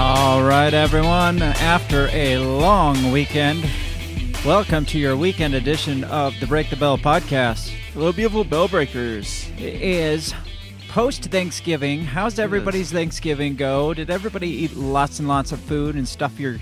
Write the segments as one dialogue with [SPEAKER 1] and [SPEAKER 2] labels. [SPEAKER 1] right, everyone. After a long weekend, welcome to your weekend edition of the Break the Bell podcast.
[SPEAKER 2] Hello, beautiful bell breakers.
[SPEAKER 1] It is post Thanksgiving. How's everybody's Thanksgiving go? Did everybody eat lots and lots of food and stuff your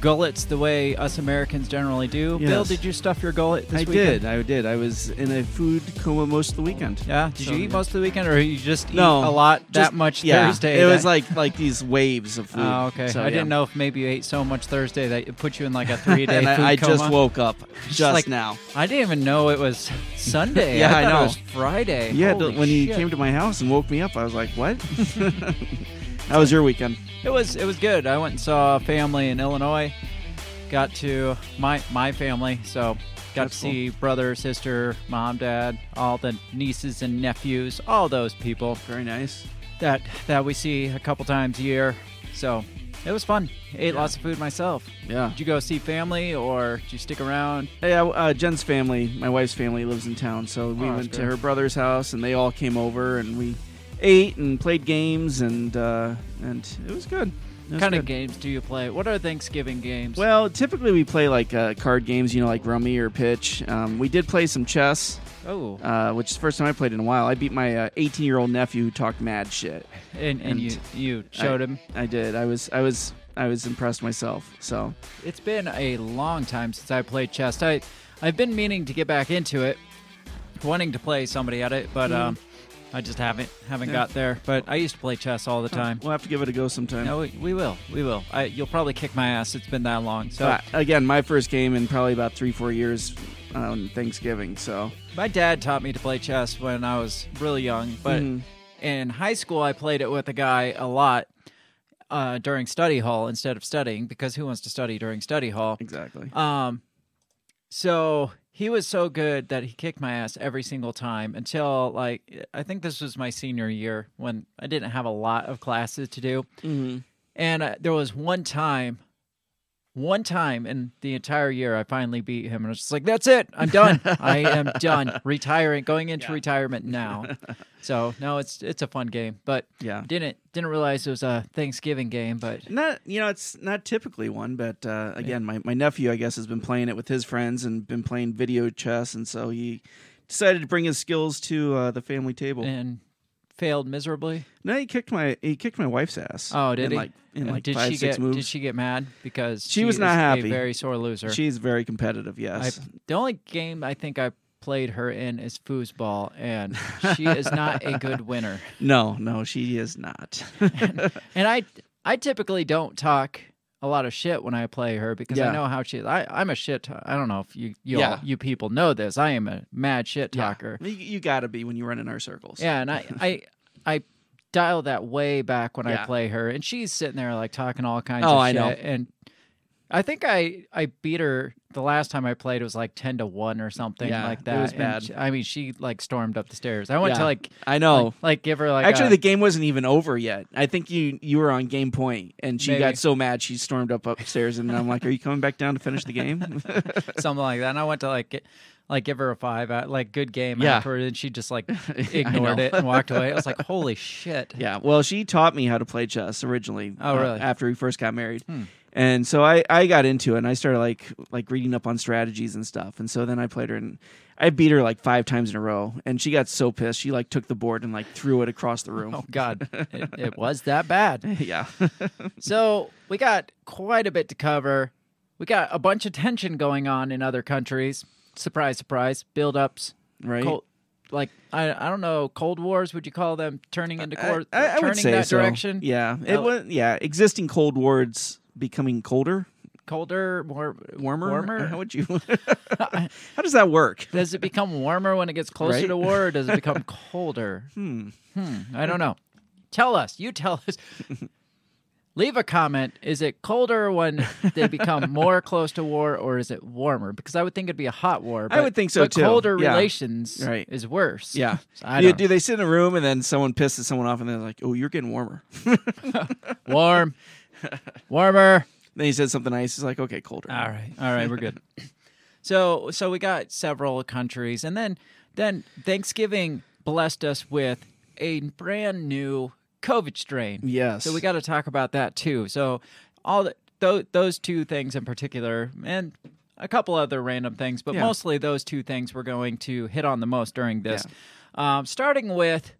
[SPEAKER 1] gullets the way us Americans generally do? Bill,
[SPEAKER 2] Yes.
[SPEAKER 1] did you stuff your gullet this
[SPEAKER 2] I
[SPEAKER 1] weekend?
[SPEAKER 2] did. I did. I was in a food coma most of the weekend.
[SPEAKER 1] Yeah. Did
[SPEAKER 2] So,
[SPEAKER 1] you eat
[SPEAKER 2] yeah.
[SPEAKER 1] most of the weekend, or you just eat a
[SPEAKER 2] No,
[SPEAKER 1] lot
[SPEAKER 2] Just-
[SPEAKER 1] that much
[SPEAKER 2] yeah,
[SPEAKER 1] Thursday?
[SPEAKER 2] It
[SPEAKER 1] that-
[SPEAKER 2] was like like these waves of food.
[SPEAKER 1] Oh, okay.
[SPEAKER 2] So,
[SPEAKER 1] I
[SPEAKER 2] yeah.
[SPEAKER 1] didn't know if maybe you ate so much Thursday that it put you in like a three day
[SPEAKER 2] and
[SPEAKER 1] food
[SPEAKER 2] I, I
[SPEAKER 1] coma.
[SPEAKER 2] just woke up just
[SPEAKER 1] like-
[SPEAKER 2] now.
[SPEAKER 1] I didn't even know it was Sunday.
[SPEAKER 2] Yeah,
[SPEAKER 1] thought
[SPEAKER 2] I
[SPEAKER 1] It
[SPEAKER 2] know.
[SPEAKER 1] was Friday.
[SPEAKER 2] Yeah,
[SPEAKER 1] Holy
[SPEAKER 2] when you
[SPEAKER 1] shit.
[SPEAKER 2] came to my house and woke me up, I was like, "What?" How was your weekend?
[SPEAKER 1] it was it was good. I went and saw a family in Illinois. Got to my my family, so got
[SPEAKER 2] That's
[SPEAKER 1] to
[SPEAKER 2] cool.
[SPEAKER 1] see brother, sister, mom, dad, all the nieces and nephews, all those people
[SPEAKER 2] Very nice.
[SPEAKER 1] that that we see a couple times a year. So it was fun. Ate lots of food myself.
[SPEAKER 2] Yeah.
[SPEAKER 1] Did you go see family or did you stick around?
[SPEAKER 2] Yeah, uh, Jen's family, my wife's family, lives in town, so we
[SPEAKER 1] Oh, that's
[SPEAKER 2] went to
[SPEAKER 1] great.
[SPEAKER 2] her brother's house, and they all came over, and we ate and played games, and uh, and it was good. It was
[SPEAKER 1] What kind
[SPEAKER 2] good.
[SPEAKER 1] of games do you play? What are Thanksgiving games?
[SPEAKER 2] Well, typically we play like uh, card games, you know, like Rummy or Pitch. Um, we did play some chess,
[SPEAKER 1] oh,
[SPEAKER 2] uh, which is the first time I played in a while. I beat my 18 year old nephew who talked mad shit.
[SPEAKER 1] and, and,
[SPEAKER 2] and
[SPEAKER 1] you you showed him.
[SPEAKER 2] I did. I was I was I was impressed myself. So
[SPEAKER 1] It's been a long time since I played chess. I I've been meaning to get back into it, wanting to play somebody at it, but um, I just haven't haven't
[SPEAKER 2] Yeah.
[SPEAKER 1] got there. But I used to play chess all the time.
[SPEAKER 2] we'll have to give it a go sometime.
[SPEAKER 1] No, we, we will, we will. I, you'll probably kick my ass. It's been that long. So
[SPEAKER 2] Uh, again, my first game in probably about three four years on Thanksgiving. So
[SPEAKER 1] My dad taught me to play chess when I was really young, but
[SPEAKER 2] Mhm.
[SPEAKER 1] in high school I played it with a guy a lot uh, during study hall instead of studying because who wants to study during study hall?
[SPEAKER 2] exactly.
[SPEAKER 1] Um, so he was so good that he kicked my ass every single time until like I think this was my senior year when I didn't have a lot of classes to do,
[SPEAKER 2] Mm-hmm.
[SPEAKER 1] and uh, there was one time. One time in the entire year, I finally beat him, and I was just like, "That's it, I'm done. I am done. Retiring, going into
[SPEAKER 2] Yeah.
[SPEAKER 1] retirement now." so no, it's it's a fun game, but
[SPEAKER 2] Yeah.
[SPEAKER 1] didn't didn't realize it was a Thanksgiving game. But
[SPEAKER 2] Not you know it's not typically one, but uh, again, my, my nephew I guess has been playing it with his friends and been playing video chess, and so he decided to bring his skills to uh, the family table.
[SPEAKER 1] and failed miserably.
[SPEAKER 2] No, he kicked my he kicked my wife's ass.
[SPEAKER 1] Oh, did
[SPEAKER 2] in
[SPEAKER 1] he?
[SPEAKER 2] Like, in
[SPEAKER 1] And
[SPEAKER 2] like
[SPEAKER 1] did
[SPEAKER 2] five
[SPEAKER 1] she
[SPEAKER 2] six
[SPEAKER 1] get
[SPEAKER 2] moves.
[SPEAKER 1] did she get mad because
[SPEAKER 2] She was
[SPEAKER 1] is
[SPEAKER 2] not
[SPEAKER 1] A
[SPEAKER 2] happy.
[SPEAKER 1] very sore loser.
[SPEAKER 2] She's very competitive.
[SPEAKER 1] I,
[SPEAKER 2] Yes.
[SPEAKER 1] the only game I think I played her in is foosball, and she is not a good winner.
[SPEAKER 2] no, no, she is not.
[SPEAKER 1] And I I typically don't talk a lot of shit when I play her because I
[SPEAKER 2] Yeah.
[SPEAKER 1] know how she. I I'm a shit. ta- I don't know if you you all-
[SPEAKER 2] Yeah.
[SPEAKER 1] you people know this. I am a mad shit talker.
[SPEAKER 2] You, you got to be when you run in our circles.
[SPEAKER 1] Yeah, and I I I dial that way back when I
[SPEAKER 2] Yeah.
[SPEAKER 1] play her, and she's sitting there like talking all kinds
[SPEAKER 2] Oh,
[SPEAKER 1] of
[SPEAKER 2] I
[SPEAKER 1] shit.
[SPEAKER 2] know.
[SPEAKER 1] And I think I I beat her the last time I played. It was like ten to one or something
[SPEAKER 2] Yeah,
[SPEAKER 1] like
[SPEAKER 2] it
[SPEAKER 1] that.
[SPEAKER 2] was
[SPEAKER 1] and
[SPEAKER 2] bad.
[SPEAKER 1] she- I mean, she like stormed up the stairs. I went to
[SPEAKER 2] Yeah,
[SPEAKER 1] like
[SPEAKER 2] I know.
[SPEAKER 1] like, like give her like
[SPEAKER 2] Actually,
[SPEAKER 1] a-
[SPEAKER 2] the game wasn't even over yet. I think you you were on game point, and she
[SPEAKER 1] Maybe.
[SPEAKER 2] got so mad she stormed up upstairs, and I'm like, "Are you coming back down to finish the game?"
[SPEAKER 1] something like that. And I went to like get, like give her a five out like good game
[SPEAKER 2] Yeah.
[SPEAKER 1] afterward, and she just like
[SPEAKER 2] I
[SPEAKER 1] ignored
[SPEAKER 2] know.
[SPEAKER 1] it and walked away. I was like, holy shit.
[SPEAKER 2] Yeah. Well, she taught me how to play chess originally.
[SPEAKER 1] Oh,
[SPEAKER 2] uh,
[SPEAKER 1] really?
[SPEAKER 2] after we first got married.
[SPEAKER 1] Hmm.
[SPEAKER 2] And so I, I got into it and I started like like reading up on strategies and stuff. And so then I played her and I beat her like five times in a row. And she got so pissed. She like took the board and like threw it across the room.
[SPEAKER 1] Oh God, it, it was that bad.
[SPEAKER 2] yeah.
[SPEAKER 1] So we got quite a bit to cover. We got a bunch of tension going on in other countries. Surprise, surprise. Build ups.
[SPEAKER 2] right.
[SPEAKER 1] Cold, like I, I don't know, Cold Wars. Would you call them turning into
[SPEAKER 2] I,
[SPEAKER 1] cold?
[SPEAKER 2] I- I
[SPEAKER 1] turning
[SPEAKER 2] would say
[SPEAKER 1] that
[SPEAKER 2] so.
[SPEAKER 1] direction. Oh.
[SPEAKER 2] Yeah. It
[SPEAKER 1] Well-
[SPEAKER 2] was yeah. Existing cold wars becoming colder,
[SPEAKER 1] Colder, more
[SPEAKER 2] warmer.
[SPEAKER 1] Warmer.
[SPEAKER 2] How would you? how does that work?
[SPEAKER 1] does it become warmer when it gets closer
[SPEAKER 2] Right?
[SPEAKER 1] to war, or does it become colder?
[SPEAKER 2] Hmm.
[SPEAKER 1] Hmm, I don't know. Tell us. You tell us. Leave a comment. Is it colder when they become more close to war, or is it warmer? Because I would think it'd be a hot war. But,
[SPEAKER 2] would think so,
[SPEAKER 1] but
[SPEAKER 2] too.
[SPEAKER 1] Colder
[SPEAKER 2] Yeah.
[SPEAKER 1] relations
[SPEAKER 2] Right.
[SPEAKER 1] is worse.
[SPEAKER 2] Yeah.
[SPEAKER 1] So I
[SPEAKER 2] Do,
[SPEAKER 1] don't
[SPEAKER 2] do they sit in a room and then someone pisses someone off and they're like, "Oh, you're getting warmer."
[SPEAKER 1] know. warm, warmer.
[SPEAKER 2] Then he said something nice. He's like, okay, colder.
[SPEAKER 1] All right, all right, we're good. So, so we got several countries, and then then Thanksgiving blessed us with a brand new COVID strain.
[SPEAKER 2] Yes.
[SPEAKER 1] So we got to talk about that too. So all the, tho- those two things in particular, and a couple other random things, but
[SPEAKER 2] Yeah.
[SPEAKER 1] mostly those two things we're going to hit on the most during this. Um, starting with,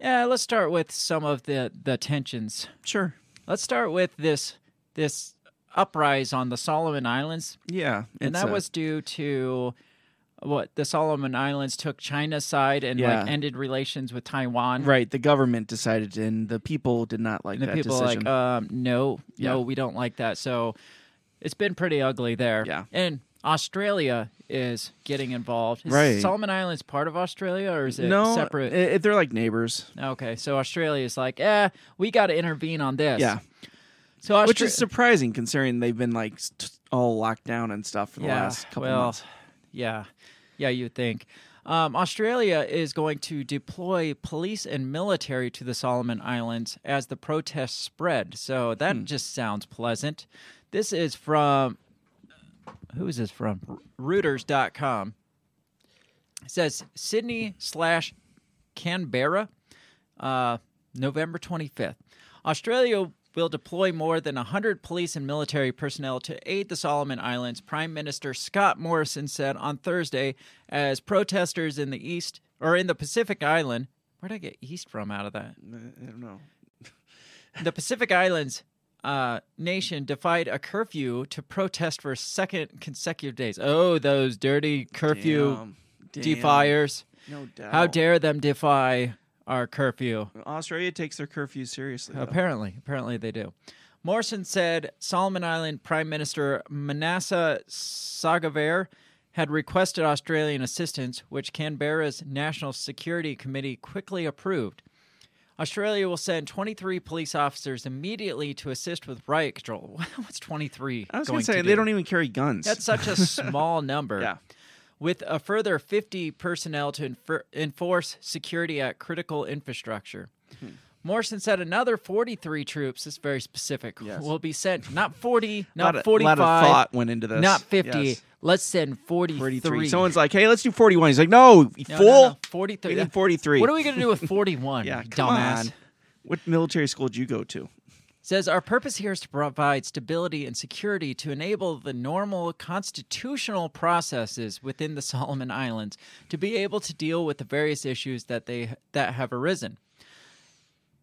[SPEAKER 1] yeah, let's start with some of the the tensions.
[SPEAKER 2] Sure.
[SPEAKER 1] Let's start with this this uprise on the Solomon Islands,
[SPEAKER 2] Yeah.
[SPEAKER 1] and
[SPEAKER 2] it's,
[SPEAKER 1] that
[SPEAKER 2] uh,
[SPEAKER 1] was due to what the Solomon Islands took China's side and like
[SPEAKER 2] Yeah.
[SPEAKER 1] ended relations with Taiwan.
[SPEAKER 2] right. The government decided, to, and the people did not like
[SPEAKER 1] and the
[SPEAKER 2] that
[SPEAKER 1] people are
[SPEAKER 2] decision.
[SPEAKER 1] like um no no
[SPEAKER 2] Yeah.
[SPEAKER 1] we don't like that so it's been pretty ugly there
[SPEAKER 2] Yeah.
[SPEAKER 1] and australia is getting involved is
[SPEAKER 2] Right.
[SPEAKER 1] solomon islands part of australia or is it
[SPEAKER 2] no,
[SPEAKER 1] separate
[SPEAKER 2] i- i- they're like neighbors.
[SPEAKER 1] okay so australia is like eh we got to intervene on this
[SPEAKER 2] Yeah,
[SPEAKER 1] so Austra-
[SPEAKER 2] which is surprising considering they've been like st- all locked down and stuff for the
[SPEAKER 1] yeah
[SPEAKER 2] last couple
[SPEAKER 1] well
[SPEAKER 2] months.
[SPEAKER 1] yeah yeah you'd think um, Australia is going to deploy police and military to the Solomon Islands as the protests spread. So that
[SPEAKER 2] Hmm.
[SPEAKER 1] just sounds pleasant. This is from who is this from? Reuters.com. It says Sydney slash Canberra, uh, November 25th. Australia will deploy more than 100 police and military personnel to aid the Solomon Islands, Prime Minister Scott Morrison said on Thursday as protesters in the east or in the Pacific Island. Where did I get east from out of that?
[SPEAKER 2] I don't know.
[SPEAKER 1] the Pacific Islands uh, nation defied a curfew to protest for second consecutive days. Oh, those dirty curfew
[SPEAKER 2] Damn.
[SPEAKER 1] defiers!
[SPEAKER 2] No doubt.
[SPEAKER 1] How dare them defy our curfew?
[SPEAKER 2] Australia takes their curfew seriously. though.
[SPEAKER 1] Apparently, apparently they do. Morrison said Solomon Island Prime Minister Manasseh Sagaver had requested Australian assistance, which Canberra's National Security Committee quickly approved. Australia will send 23 police officers immediately to assist with riot control. What's 23?
[SPEAKER 2] I was
[SPEAKER 1] going
[SPEAKER 2] gonna say
[SPEAKER 1] to
[SPEAKER 2] they
[SPEAKER 1] do?
[SPEAKER 2] don't even carry guns.
[SPEAKER 1] That's such a small number.
[SPEAKER 2] Yeah.
[SPEAKER 1] With a further 50 personnel to infer- enforce security at critical infrastructure.
[SPEAKER 2] Hmm.
[SPEAKER 1] Morrison said another 43 troops, this is very specific,
[SPEAKER 2] Yes.
[SPEAKER 1] will be sent. Not 40,
[SPEAKER 2] a lot
[SPEAKER 1] not
[SPEAKER 2] of,
[SPEAKER 1] 45,
[SPEAKER 2] lot of thought went into this.
[SPEAKER 1] not 50.
[SPEAKER 2] Yes.
[SPEAKER 1] Let's send 43.
[SPEAKER 2] 43. Someone's like, "Hey, let's do 41." He's like, "No, you
[SPEAKER 1] No, no,
[SPEAKER 2] fool.
[SPEAKER 1] no, 43.
[SPEAKER 2] We need 43."
[SPEAKER 1] What are we going to do with 41,
[SPEAKER 2] Yeah, come
[SPEAKER 1] dumbass?
[SPEAKER 2] on. What military school did you go to?
[SPEAKER 1] says our purpose here is to provide stability and security to enable the normal constitutional processes within the Solomon Islands to be able to deal with the various issues that they that have arisen.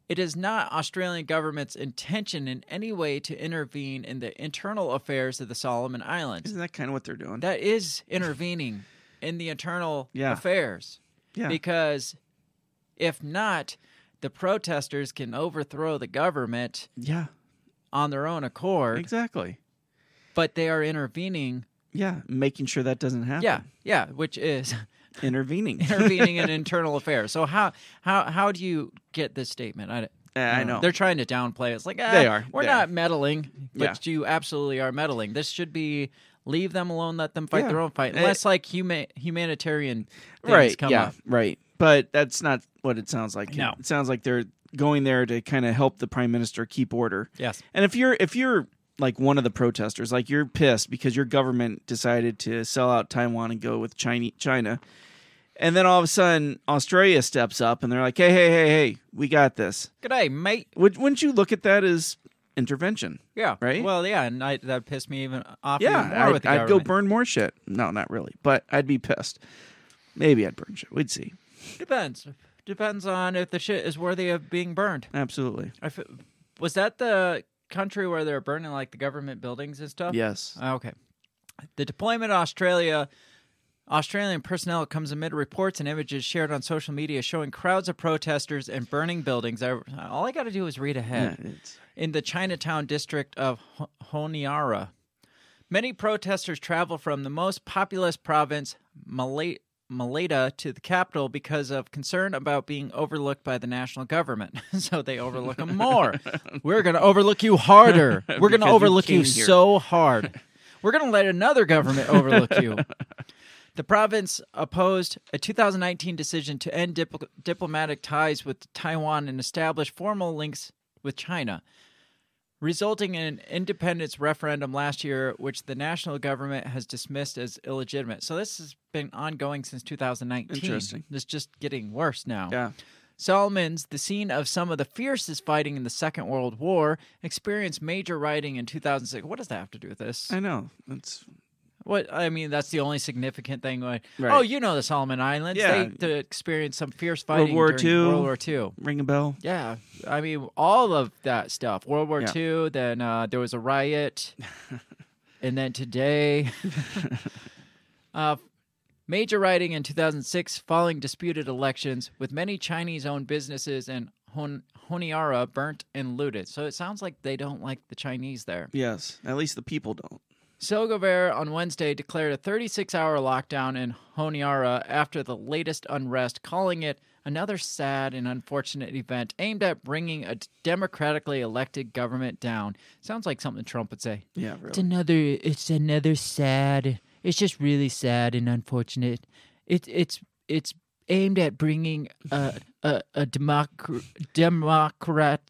[SPEAKER 1] It is not Australian government's intention in any way to intervene in the internal affairs of the Solomon Islands.
[SPEAKER 2] Isn't that kind of what they're doing?
[SPEAKER 1] That is intervening in the internal
[SPEAKER 2] Yeah.
[SPEAKER 1] affairs
[SPEAKER 2] yeah.
[SPEAKER 1] because if not the protesters can overthrow the government
[SPEAKER 2] yeah.
[SPEAKER 1] on their own accord,
[SPEAKER 2] Exactly.
[SPEAKER 1] but they are intervening.
[SPEAKER 2] Yeah, making sure that doesn't happen.
[SPEAKER 1] Yeah, yeah, which is
[SPEAKER 2] Intervening.
[SPEAKER 1] intervening in internal affairs. So how how how do you get this statement? I,
[SPEAKER 2] Uh, I know.
[SPEAKER 1] They're trying to downplay it. It's like ah,
[SPEAKER 2] They are.
[SPEAKER 1] We're
[SPEAKER 2] They
[SPEAKER 1] not meddling, but
[SPEAKER 2] Yeah.
[SPEAKER 1] you absolutely are meddling. This should be leave them alone, let them fight
[SPEAKER 2] Yeah.
[SPEAKER 1] their own fight.
[SPEAKER 2] Eh.
[SPEAKER 1] Unless like human humanitarian things
[SPEAKER 2] right.
[SPEAKER 1] come
[SPEAKER 2] yeah.
[SPEAKER 1] up.
[SPEAKER 2] Right. But that's not what it sounds like.
[SPEAKER 1] No.
[SPEAKER 2] It sounds like they're going there to kind of help the prime minister keep order.
[SPEAKER 1] Yes.
[SPEAKER 2] And if you're if you're like one of the protesters, like you're pissed because your government decided to sell out Taiwan and go with China, China, and then all of a sudden Australia steps up and they're like, hey, hey, hey, hey, we got this.
[SPEAKER 1] Good day, mate.
[SPEAKER 2] Would, wouldn't you look at that as intervention?
[SPEAKER 1] Yeah.
[SPEAKER 2] Right?
[SPEAKER 1] Well, yeah, and I, that pissed me even off even more
[SPEAKER 2] Yeah,
[SPEAKER 1] with the
[SPEAKER 2] I'd, I'd go
[SPEAKER 1] government.
[SPEAKER 2] burn more shit. No, not really, but I'd be pissed. Maybe I'd burn shit. We'd see.
[SPEAKER 1] Depends. Depends on if the shit is worthy of being burned.
[SPEAKER 2] Absolutely.
[SPEAKER 1] I f- was that the country where they're burning like the government buildings and stuff?
[SPEAKER 2] Yes.
[SPEAKER 1] Ah, Okay. The deployment of Australia Australian personnel comes amid reports and images shared on social media showing crowds of protesters and burning buildings. I, all I got to do is read
[SPEAKER 2] Yeah,
[SPEAKER 1] ahead.
[SPEAKER 2] it's-
[SPEAKER 1] In the Chinatown district of Ho- Honiara, many protesters travel from the most populous province, Malay- Malaita, to the capital because of concern about being overlooked by the national government. so they overlook them more. We're going to overlook you harder. We're going
[SPEAKER 2] Because
[SPEAKER 1] to
[SPEAKER 2] you
[SPEAKER 1] overlook you,
[SPEAKER 2] came here.
[SPEAKER 1] so hard. We're going to let another government overlook you. The province opposed a 2019 decision to end dip- diplomatic ties with Taiwan and establish formal links with China resulting in an independence referendum last year, which the national government has dismissed as illegitimate. So this has been ongoing since 2019.
[SPEAKER 2] Interesting.
[SPEAKER 1] It's just getting worse now.
[SPEAKER 2] yeah.
[SPEAKER 1] Solomon's, the scene of some of the fiercest fighting in the Second World War, experienced major rioting in 2006. What does that have to do with this?
[SPEAKER 2] I know. That's
[SPEAKER 1] What I mean, that's the only significant thing. Like,
[SPEAKER 2] Right.
[SPEAKER 1] Oh, you know the Solomon Islands.
[SPEAKER 2] Yeah.
[SPEAKER 1] They, they experienced some fierce fighting
[SPEAKER 2] War
[SPEAKER 1] during
[SPEAKER 2] Two.
[SPEAKER 1] World War Two.
[SPEAKER 2] ring a bell.
[SPEAKER 1] Yeah, I mean all of that stuff. World War
[SPEAKER 2] Yeah.
[SPEAKER 1] Two. Then uh, there was a riot, and then today, uh, major rioting in 2006 following disputed elections, with many Chinese-owned businesses in Hon- Honiara burnt and looted. So it sounds like they don't like the Chinese there.
[SPEAKER 2] Yes. At least the people don't.
[SPEAKER 1] Sogover on Wednesday declared a 36 hour lockdown in Honiara after the latest unrest, calling it another sad and unfortunate event aimed at bringing a democratically elected government down. Sounds like something Trump would say.
[SPEAKER 2] Yeah, really.
[SPEAKER 1] It's another it's another sad. It's just really sad and unfortunate. It it's it's aimed at bringing a a, a democ- democrat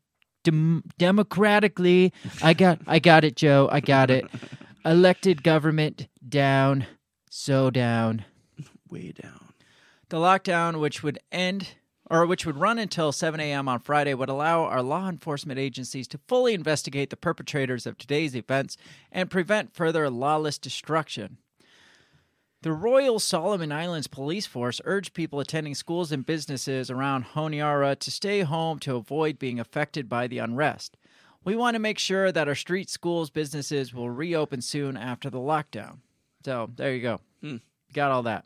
[SPEAKER 1] dem- democratically I got I got it Joe, I got it. Elected government down, so down.
[SPEAKER 2] Way down.
[SPEAKER 1] The lockdown, which would end or which would run until 7 a.m. on Friday, would allow our law enforcement agencies to fully investigate the perpetrators of today's events and prevent further lawless destruction. The Royal Solomon Islands Police Force urged people attending schools and businesses around Honiara to stay home to avoid being affected by the unrest. We want to make sure that our street schools businesses will reopen soon after the lockdown. So there you go.
[SPEAKER 2] Hmm.
[SPEAKER 1] Got all that.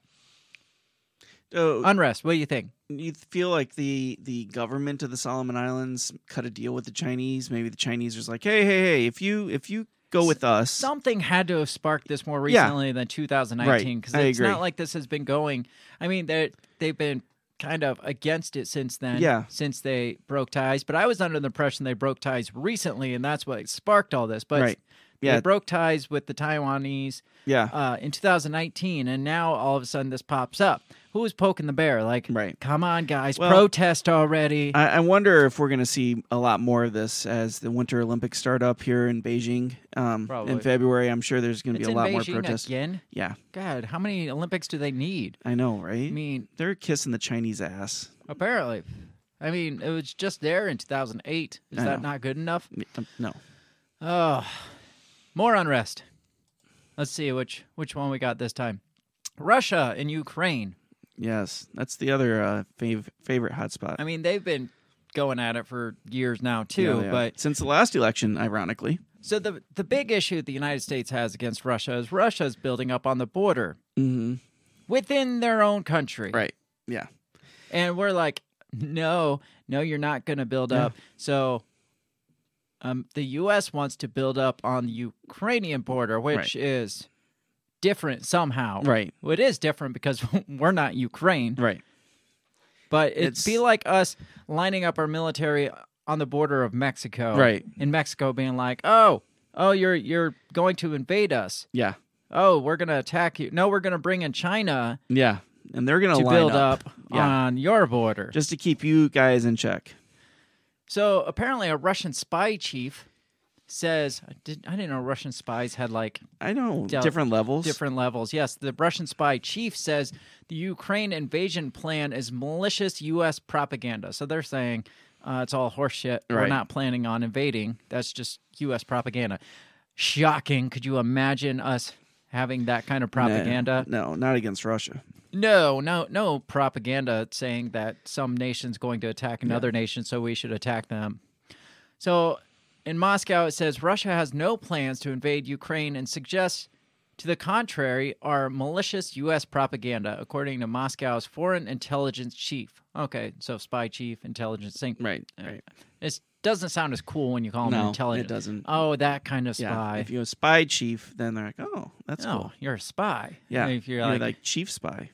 [SPEAKER 2] So
[SPEAKER 1] Unrest. What do you think?
[SPEAKER 2] you feel like the the government of the Solomon Islands cut a deal with the Chinese. Maybe the Chinese was like, hey, hey, hey, if you if you go with us,
[SPEAKER 1] something had to have sparked this more
[SPEAKER 2] Yeah.
[SPEAKER 1] recently than 2019
[SPEAKER 2] Right.
[SPEAKER 1] because
[SPEAKER 2] I
[SPEAKER 1] it's
[SPEAKER 2] agree.
[SPEAKER 1] not like this has been going. I mean, they they've been kind of against it since then.
[SPEAKER 2] Yeah.
[SPEAKER 1] since they broke ties. But I was under the impression they broke ties recently, and that's what sparked all this. But
[SPEAKER 2] Right.
[SPEAKER 1] they
[SPEAKER 2] Yeah.
[SPEAKER 1] broke ties with the Taiwanese
[SPEAKER 2] yeah,
[SPEAKER 1] uh, in 2019, and now all of a sudden this pops up. Who was poking the bear? Like,
[SPEAKER 2] Right.
[SPEAKER 1] come on, guys,
[SPEAKER 2] Well,
[SPEAKER 1] protest already.
[SPEAKER 2] I, I wonder if we're going to see a lot more of this as the Winter Olympics start up here in Beijing um, in
[SPEAKER 1] Probably.
[SPEAKER 2] February. I'm sure there's going to
[SPEAKER 1] it's
[SPEAKER 2] be a
[SPEAKER 1] in
[SPEAKER 2] lot more
[SPEAKER 1] Beijing
[SPEAKER 2] protests.
[SPEAKER 1] again.
[SPEAKER 2] Yeah,
[SPEAKER 1] God, how many Olympics do they need?
[SPEAKER 2] I know, right?
[SPEAKER 1] I mean,
[SPEAKER 2] They're kissing the Chinese ass.
[SPEAKER 1] Apparently. I mean, it was just there in 2008. Is
[SPEAKER 2] I
[SPEAKER 1] that
[SPEAKER 2] know.
[SPEAKER 1] not good enough?
[SPEAKER 2] Um, No,
[SPEAKER 1] Oh, more unrest. Let's see which which one we got this time. Russia and Ukraine.
[SPEAKER 2] yes, that's the other uh, fav- favorite hotspot.
[SPEAKER 1] I mean, they've been going at it for years now too.
[SPEAKER 2] Yeah, yeah.
[SPEAKER 1] But
[SPEAKER 2] since the last election, ironically,
[SPEAKER 1] so the the big issue the United States has against Russia is Russia's building up on the border
[SPEAKER 2] mm-hmm.
[SPEAKER 1] within their own country.
[SPEAKER 2] right? Yeah,
[SPEAKER 1] And we're like, no, no, you're not going to build
[SPEAKER 2] Yeah.
[SPEAKER 1] up. So um, the U.S. wants to build up on the Ukrainian border, which
[SPEAKER 2] Right.
[SPEAKER 1] is different somehow.
[SPEAKER 2] right,
[SPEAKER 1] Well, it is different because we're not Ukraine,
[SPEAKER 2] right.
[SPEAKER 1] but it'd
[SPEAKER 2] It's-
[SPEAKER 1] be like us lining up our military on the border of Mexico.
[SPEAKER 2] Right.
[SPEAKER 1] And Mexico being like, oh, oh, you're you're going to invade us.
[SPEAKER 2] Yeah,
[SPEAKER 1] Oh, we're going to attack you. No, we're going to bring in China
[SPEAKER 2] yeah, and they're going
[SPEAKER 1] to
[SPEAKER 2] line
[SPEAKER 1] build
[SPEAKER 2] up,
[SPEAKER 1] up,
[SPEAKER 2] Yeah.
[SPEAKER 1] on your border.
[SPEAKER 2] just to keep you guys in check.
[SPEAKER 1] So apparently, a Russian spy chief says, I didn't, I didn't know Russian spies had like
[SPEAKER 2] I know
[SPEAKER 1] Yeah,
[SPEAKER 2] different levels.
[SPEAKER 1] different levels. Yes, the Russian spy chief says the Ukraine invasion plan is malicious U.S. propaganda. So they're saying uh, it's all horseshit. We're
[SPEAKER 2] Right.
[SPEAKER 1] not planning on invading. That's just U.S. propaganda. Shocking. Could you imagine us having that kind of
[SPEAKER 2] No,
[SPEAKER 1] propaganda?
[SPEAKER 2] No, not against Russia.
[SPEAKER 1] No, no, no propaganda saying that some nation's going to attack another nation, so we should attack them. So in Moscow, it says Russia has no plans to invade Ukraine and suggests, to the contrary, are malicious U.S. propaganda, according to Moscow's foreign intelligence chief. Okay, so spy chief, intelligence thing.
[SPEAKER 2] Right,
[SPEAKER 1] right. It doesn't sound as cool when you call them
[SPEAKER 2] No, it
[SPEAKER 1] intelligence.
[SPEAKER 2] doesn't.
[SPEAKER 1] Oh, that kind of
[SPEAKER 2] Yeah,
[SPEAKER 1] spy.
[SPEAKER 2] if you're a spy chief, then they're like, oh, that's
[SPEAKER 1] oh,
[SPEAKER 2] cool.
[SPEAKER 1] you're a spy.
[SPEAKER 2] Yeah,
[SPEAKER 1] If you're, like
[SPEAKER 2] chief spy.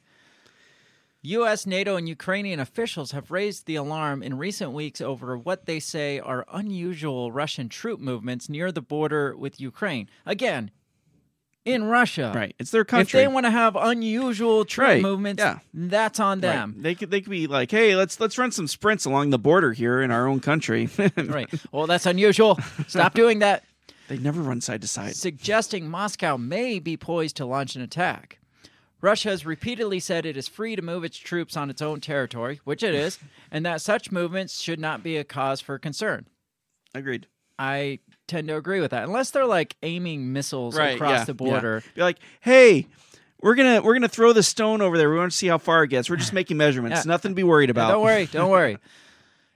[SPEAKER 1] U.S., NATO, and Ukrainian officials have raised the alarm in recent weeks over what they say are unusual Russian troop movements near the border with Ukraine. Again, in Russia.
[SPEAKER 2] Right, it's their
[SPEAKER 1] If
[SPEAKER 2] country.
[SPEAKER 1] they want to have unusual troop
[SPEAKER 2] Right,
[SPEAKER 1] movements,
[SPEAKER 2] yeah.
[SPEAKER 1] that's on
[SPEAKER 2] Right.
[SPEAKER 1] them.
[SPEAKER 2] They could they could be like, hey, let's let's run some sprints along the border here in our own country.
[SPEAKER 1] Right. Well, that's unusual. Stop doing that.
[SPEAKER 2] They never run side to side.
[SPEAKER 1] Suggesting Moscow may be poised to launch an attack. Russia has repeatedly said it is free to move its troops on its own territory, which it is, and that such movements should not be a cause for concern.
[SPEAKER 2] Agreed.
[SPEAKER 1] I tend to agree with that, unless they're like aiming missiles
[SPEAKER 2] Right,
[SPEAKER 1] across
[SPEAKER 2] yeah,
[SPEAKER 1] the
[SPEAKER 2] yeah.
[SPEAKER 1] border.
[SPEAKER 2] Be like, hey, we're gonna we're gonna throw the stone over there. We want to see how far it gets. We're just making measurements.
[SPEAKER 1] Yeah.
[SPEAKER 2] Nothing to be worried
[SPEAKER 1] Yeah,
[SPEAKER 2] about.
[SPEAKER 1] don't worry, don't worry.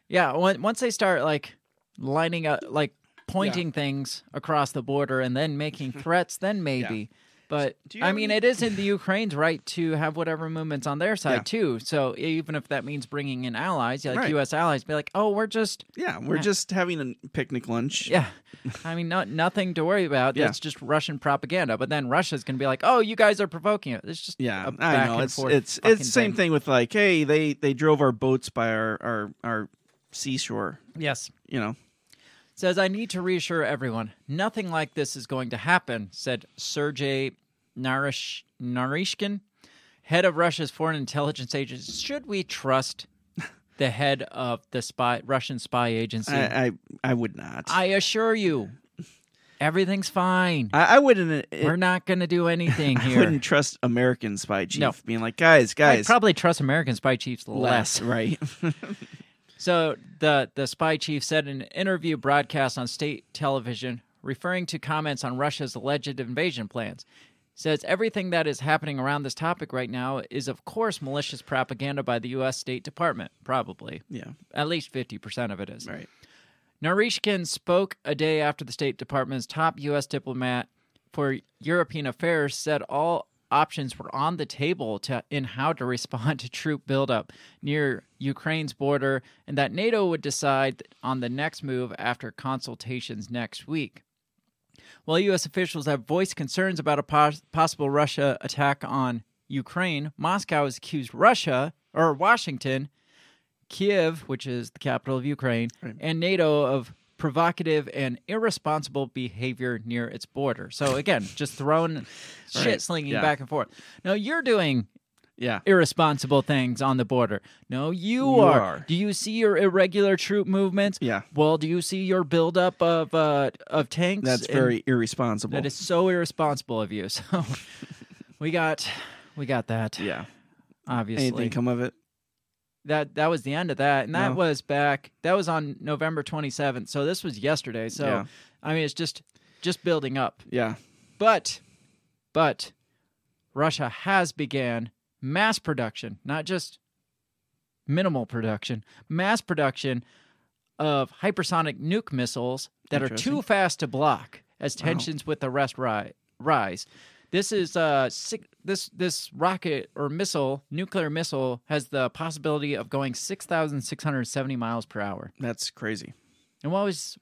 [SPEAKER 1] Yeah, on- once they start like lining up, like pointing things across the border and then making threats, then maybe. But
[SPEAKER 2] Do you
[SPEAKER 1] I
[SPEAKER 2] have
[SPEAKER 1] mean,
[SPEAKER 2] any-
[SPEAKER 1] it is in the Ukraine's right to have whatever movements on their side too. So even if that means bringing in allies, like
[SPEAKER 2] Right.
[SPEAKER 1] U.S. allies, be like, oh, we're just
[SPEAKER 2] Yeah, we're
[SPEAKER 1] Yeah.
[SPEAKER 2] just having a picnic lunch.
[SPEAKER 1] yeah. I mean, not nothing to worry about.
[SPEAKER 2] Yeah.
[SPEAKER 1] It's just Russian propaganda. But then Russia's gonna be like, oh, you guys are provoking it. It's just
[SPEAKER 2] Yeah,
[SPEAKER 1] a
[SPEAKER 2] I
[SPEAKER 1] back
[SPEAKER 2] know.
[SPEAKER 1] and
[SPEAKER 2] It's
[SPEAKER 1] forth
[SPEAKER 2] it's
[SPEAKER 1] fucking
[SPEAKER 2] it's same thing with like, hey, they they drove our boats by our our our seashore.
[SPEAKER 1] Yes.
[SPEAKER 2] You know,
[SPEAKER 1] says, I need to reassure everyone, nothing like this is going to happen, said Sergei Narish- Narishkin, head of Russia's foreign intelligence agency. Should we trust the head of the spy Russian spy agency? I,
[SPEAKER 2] I, I I would not.
[SPEAKER 1] assure you, everything's fine.
[SPEAKER 2] I, I wouldn't. uh,
[SPEAKER 1] We're not going to do anything
[SPEAKER 2] I
[SPEAKER 1] here.
[SPEAKER 2] wouldn't trust American spy chief
[SPEAKER 1] No.
[SPEAKER 2] being like, guys,
[SPEAKER 1] I
[SPEAKER 2] guys,
[SPEAKER 1] probably trust American spy chiefs less.
[SPEAKER 2] right?
[SPEAKER 1] So the the spy chief said in an interview broadcast on state television, referring to comments on Russia's alleged invasion plans, says everything that is happening around this topic right now is of course malicious propaganda by the U.S. State Department. Probably,
[SPEAKER 2] yeah,
[SPEAKER 1] at least fifty percent of it is.
[SPEAKER 2] right.
[SPEAKER 1] Narishkin spoke a day after the State Department's top U.S. diplomat for European affairs said all options were on the table to, in how to respond to troop buildup near Ukraine's border and that NATO would decide on the next move after consultations next week. While U.S. officials have voiced concerns about a pos- possible Russia attack on Ukraine, Moscow has accused Russia or Washington, Kiev, which is the capital of Ukraine,
[SPEAKER 2] Right.
[SPEAKER 1] and NATO of provocative and irresponsible behavior near its border. So again, just throwing shit slinging
[SPEAKER 2] yeah.
[SPEAKER 1] back and forth. Now you're doing
[SPEAKER 2] Yeah,
[SPEAKER 1] irresponsible things on the border. No, you,
[SPEAKER 2] You
[SPEAKER 1] are.
[SPEAKER 2] are.
[SPEAKER 1] Do you see your irregular troop movements?
[SPEAKER 2] yeah.
[SPEAKER 1] Well, do you see your buildup of uh, of tanks?
[SPEAKER 2] That's
[SPEAKER 1] And
[SPEAKER 2] very irresponsible.
[SPEAKER 1] that is so irresponsible of you. So we got we got that
[SPEAKER 2] Yeah.
[SPEAKER 1] obviously.
[SPEAKER 2] Anything come of it?
[SPEAKER 1] that that was the end of that, and that
[SPEAKER 2] No.
[SPEAKER 1] was back. That was on November twenty seventh. So this was yesterday. So
[SPEAKER 2] Yeah.
[SPEAKER 1] I mean, it's just just building up.
[SPEAKER 2] Yeah.
[SPEAKER 1] But but Russia has began mass production, not just minimal production, mass production of hypersonic nuke missiles that are
[SPEAKER 2] Interesting.
[SPEAKER 1] too fast to block as tensions with the rest ri- rise. This is uh six, this this rocket or missile, nuclear missile has the possibility of going 6670 miles per hour.
[SPEAKER 2] That's crazy.
[SPEAKER 1] And what was